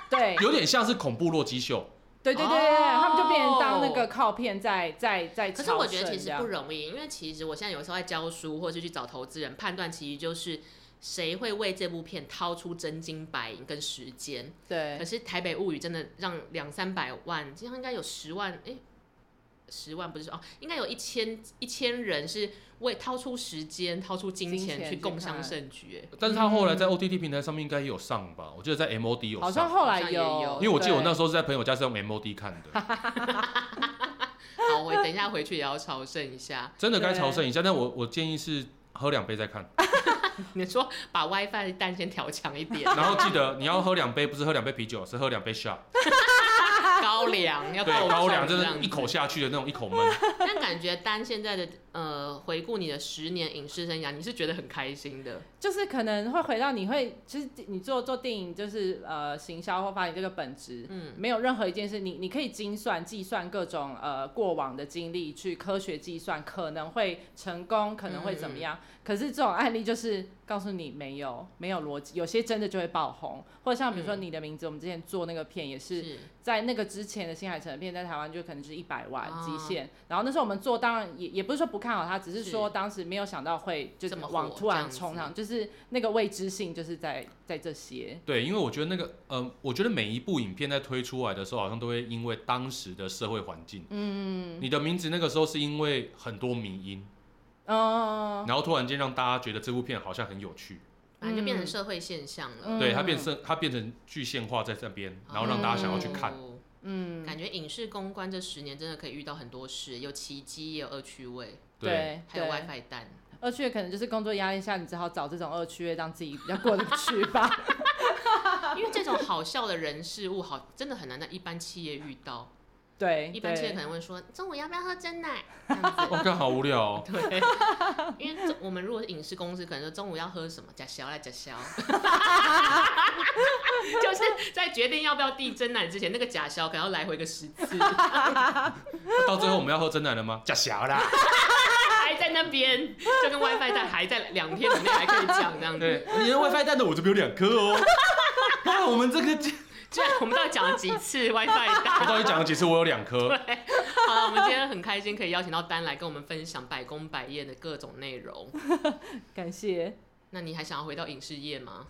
Speaker 2: 对
Speaker 3: 有点像是恐怖洛基秀。
Speaker 2: 对对对对，他们就变成当那个靠片在在在
Speaker 1: 可
Speaker 2: 朝
Speaker 1: 是
Speaker 2: 圣
Speaker 1: 我觉得其
Speaker 2: 这
Speaker 1: 实
Speaker 2: 样
Speaker 1: 不容易，因为其实我现在有时候在教书，或者是去找投资人判断，其实就是谁会为这部片掏出真金白银跟时间。
Speaker 2: 对
Speaker 1: 可是《台北物语》真的让两三百万，这样应该有十万，哎、十万不是说哦，应该有一千一千人是为掏出时间、掏出金
Speaker 2: 金钱
Speaker 1: 钱去
Speaker 2: 去
Speaker 1: 共
Speaker 2: 看
Speaker 1: 襄盛举、 哎
Speaker 3: 但是他后来在 OTT 平台上面应该也有上吧？我记得在 MOD 有
Speaker 2: 好像
Speaker 3: 上，
Speaker 2: 后来
Speaker 1: 好像也有
Speaker 3: 因为我记得我
Speaker 2: 对
Speaker 3: 那时候是在朋友家是用 MOD 看的，
Speaker 1: 好，我等一下回去也要朝圣一 下。
Speaker 3: 真的该朝圣一下。但我我建议是喝两杯 再看，
Speaker 1: 你说把 WiFi 蛋先调强一 点，
Speaker 3: 然后记得你要喝两杯，不是喝两杯啤酒，是喝两杯 shot，
Speaker 1: 高粱要
Speaker 3: 对，
Speaker 1: 够重
Speaker 3: 高粱真
Speaker 1: 这样
Speaker 3: 的
Speaker 1: 子
Speaker 3: 一口下去的那种一口闷。
Speaker 1: 但感觉丹现在的呃，回顾你的十年影视生涯，你是觉得很开心的。
Speaker 2: 就是可能会回到你会，其实你做做电影就是呃行销或发行这个本质，
Speaker 1: 嗯，
Speaker 2: 没有任何一件事你你可以精算计算各种呃过往的经历去科学计算可能会成功可能会怎
Speaker 1: 嗯
Speaker 2: 么样，可是这种案例就是告诉你没有没有逻辑，有些真的就会爆红，或者像比如说
Speaker 1: 嗯
Speaker 2: 你的名字，我们之前做那个片也是
Speaker 1: 是
Speaker 2: 在那个之前的新海诚的片，在台湾就可能是一百万
Speaker 1: 啊
Speaker 2: 极限。然后那时候我们做，当然也也不是说不看好它，只是
Speaker 1: 是
Speaker 2: 说当时没有想到会就
Speaker 1: 这么火
Speaker 2: 往突
Speaker 1: 这
Speaker 2: 然
Speaker 1: 样子
Speaker 2: 冲上，就是那个未知性就是在在这些。
Speaker 3: 对，因为我觉得那个，呃，我觉得每一部影片在推出来的时候，好像都会因为当时的社会环境，嗯，你的名字那个时候是因为很多迷因，
Speaker 2: 嗯，
Speaker 3: 然后突然间让大家觉得这部片好像很有趣，
Speaker 1: 反正就变成社会现象了。
Speaker 2: 嗯
Speaker 3: 对，它变成它变成具现化在这边，然后让大家想要去看。
Speaker 1: 哦
Speaker 2: 嗯，
Speaker 1: 感觉影视公关这十年真的可以遇到很多事，有奇迹，也有恶趣味，
Speaker 3: 对，
Speaker 2: 对，
Speaker 1: 还有
Speaker 2: 对
Speaker 1: WiFi 蛋。
Speaker 2: 二区可能就是工作压力下，你只好找这种二区让自己比较过得去 吧。
Speaker 1: 因为这种好笑的人事物，好真的很难在一般企业遇到。
Speaker 2: 对，
Speaker 1: 一般企业
Speaker 2: 对
Speaker 1: 可能会说：“中午要不要喝真奶？”这样 子。
Speaker 3: 哦，看好无聊、哦。
Speaker 1: 对，因为这我们如果是影视公司，可能说中午要喝什么，假宵来假 宵，就是在决定要不要递真奶之前，那个假宵可能要来回个十 次，
Speaker 3: 到最后我们要喝真奶了吗？假小啦。
Speaker 1: 还在那边，就跟 WiFi 蛋还在两天以内还可以讲这样子。
Speaker 3: 对，你的 WiFi 蛋的我这边有两颗哦。看我们这个，
Speaker 1: 居然我们到底讲了几次 WiFi
Speaker 3: 我
Speaker 1: 蛋？
Speaker 3: 到底讲了几次？我有两颗。
Speaker 1: 好了，我们今天很开心可以邀请到丹来跟我们分享百工百业的各种内容。
Speaker 2: 感谢。
Speaker 1: 那你还想要回到影视业吗？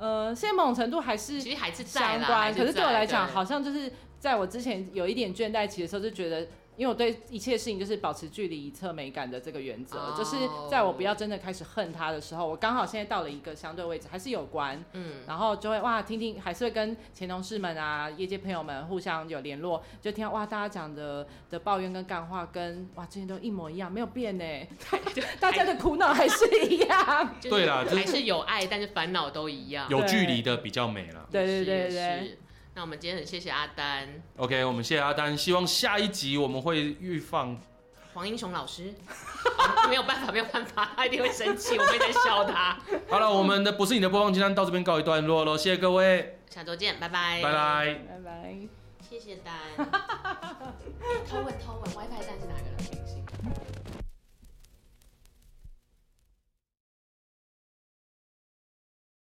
Speaker 2: 呃，现在某种程度还是
Speaker 1: 其实还是在
Speaker 2: 相
Speaker 1: 啦，
Speaker 2: 关，可
Speaker 1: 是
Speaker 2: 是对我来讲，
Speaker 1: 对
Speaker 2: 好像就是在我之前有一点倦怠期的时候，就觉得。因为我对一切事情就是保持距离、以测美感的这个原则
Speaker 1: 哦
Speaker 2: 就是在我不要真的开始恨他的时候，我刚好现在到了一个相对位置，还是有关，
Speaker 1: 嗯，
Speaker 2: 然后就会哇，听听还是会跟前同事们啊、业界朋友们互相有联络，就听到哇，大家讲的的抱怨跟干话跟哇之前都一模一样，没有变呢， 大家的苦恼还是一样。
Speaker 1: 就是
Speaker 3: 对啦就是
Speaker 1: 还是有爱，但是烦恼都一样。
Speaker 3: 有距离的比较美了。
Speaker 2: 对对
Speaker 1: 是
Speaker 2: 对对，
Speaker 1: 是。那我们今天很谢谢阿丹、
Speaker 3: OK，我们谢谢阿丹，希望下一集我们会预放。
Speaker 1: 黄英雄老师， 啊没有办法，没有办法，他一定会生气，我们也在笑他。
Speaker 3: 好了，我们的不是你的播放清单到这边告一段落喽，谢谢各位，
Speaker 1: 下周见，拜拜，
Speaker 3: 拜，拜。
Speaker 2: 拜拜。
Speaker 1: 谢谢丹。偷问偷问，WiFi 蛋是哪个人明星？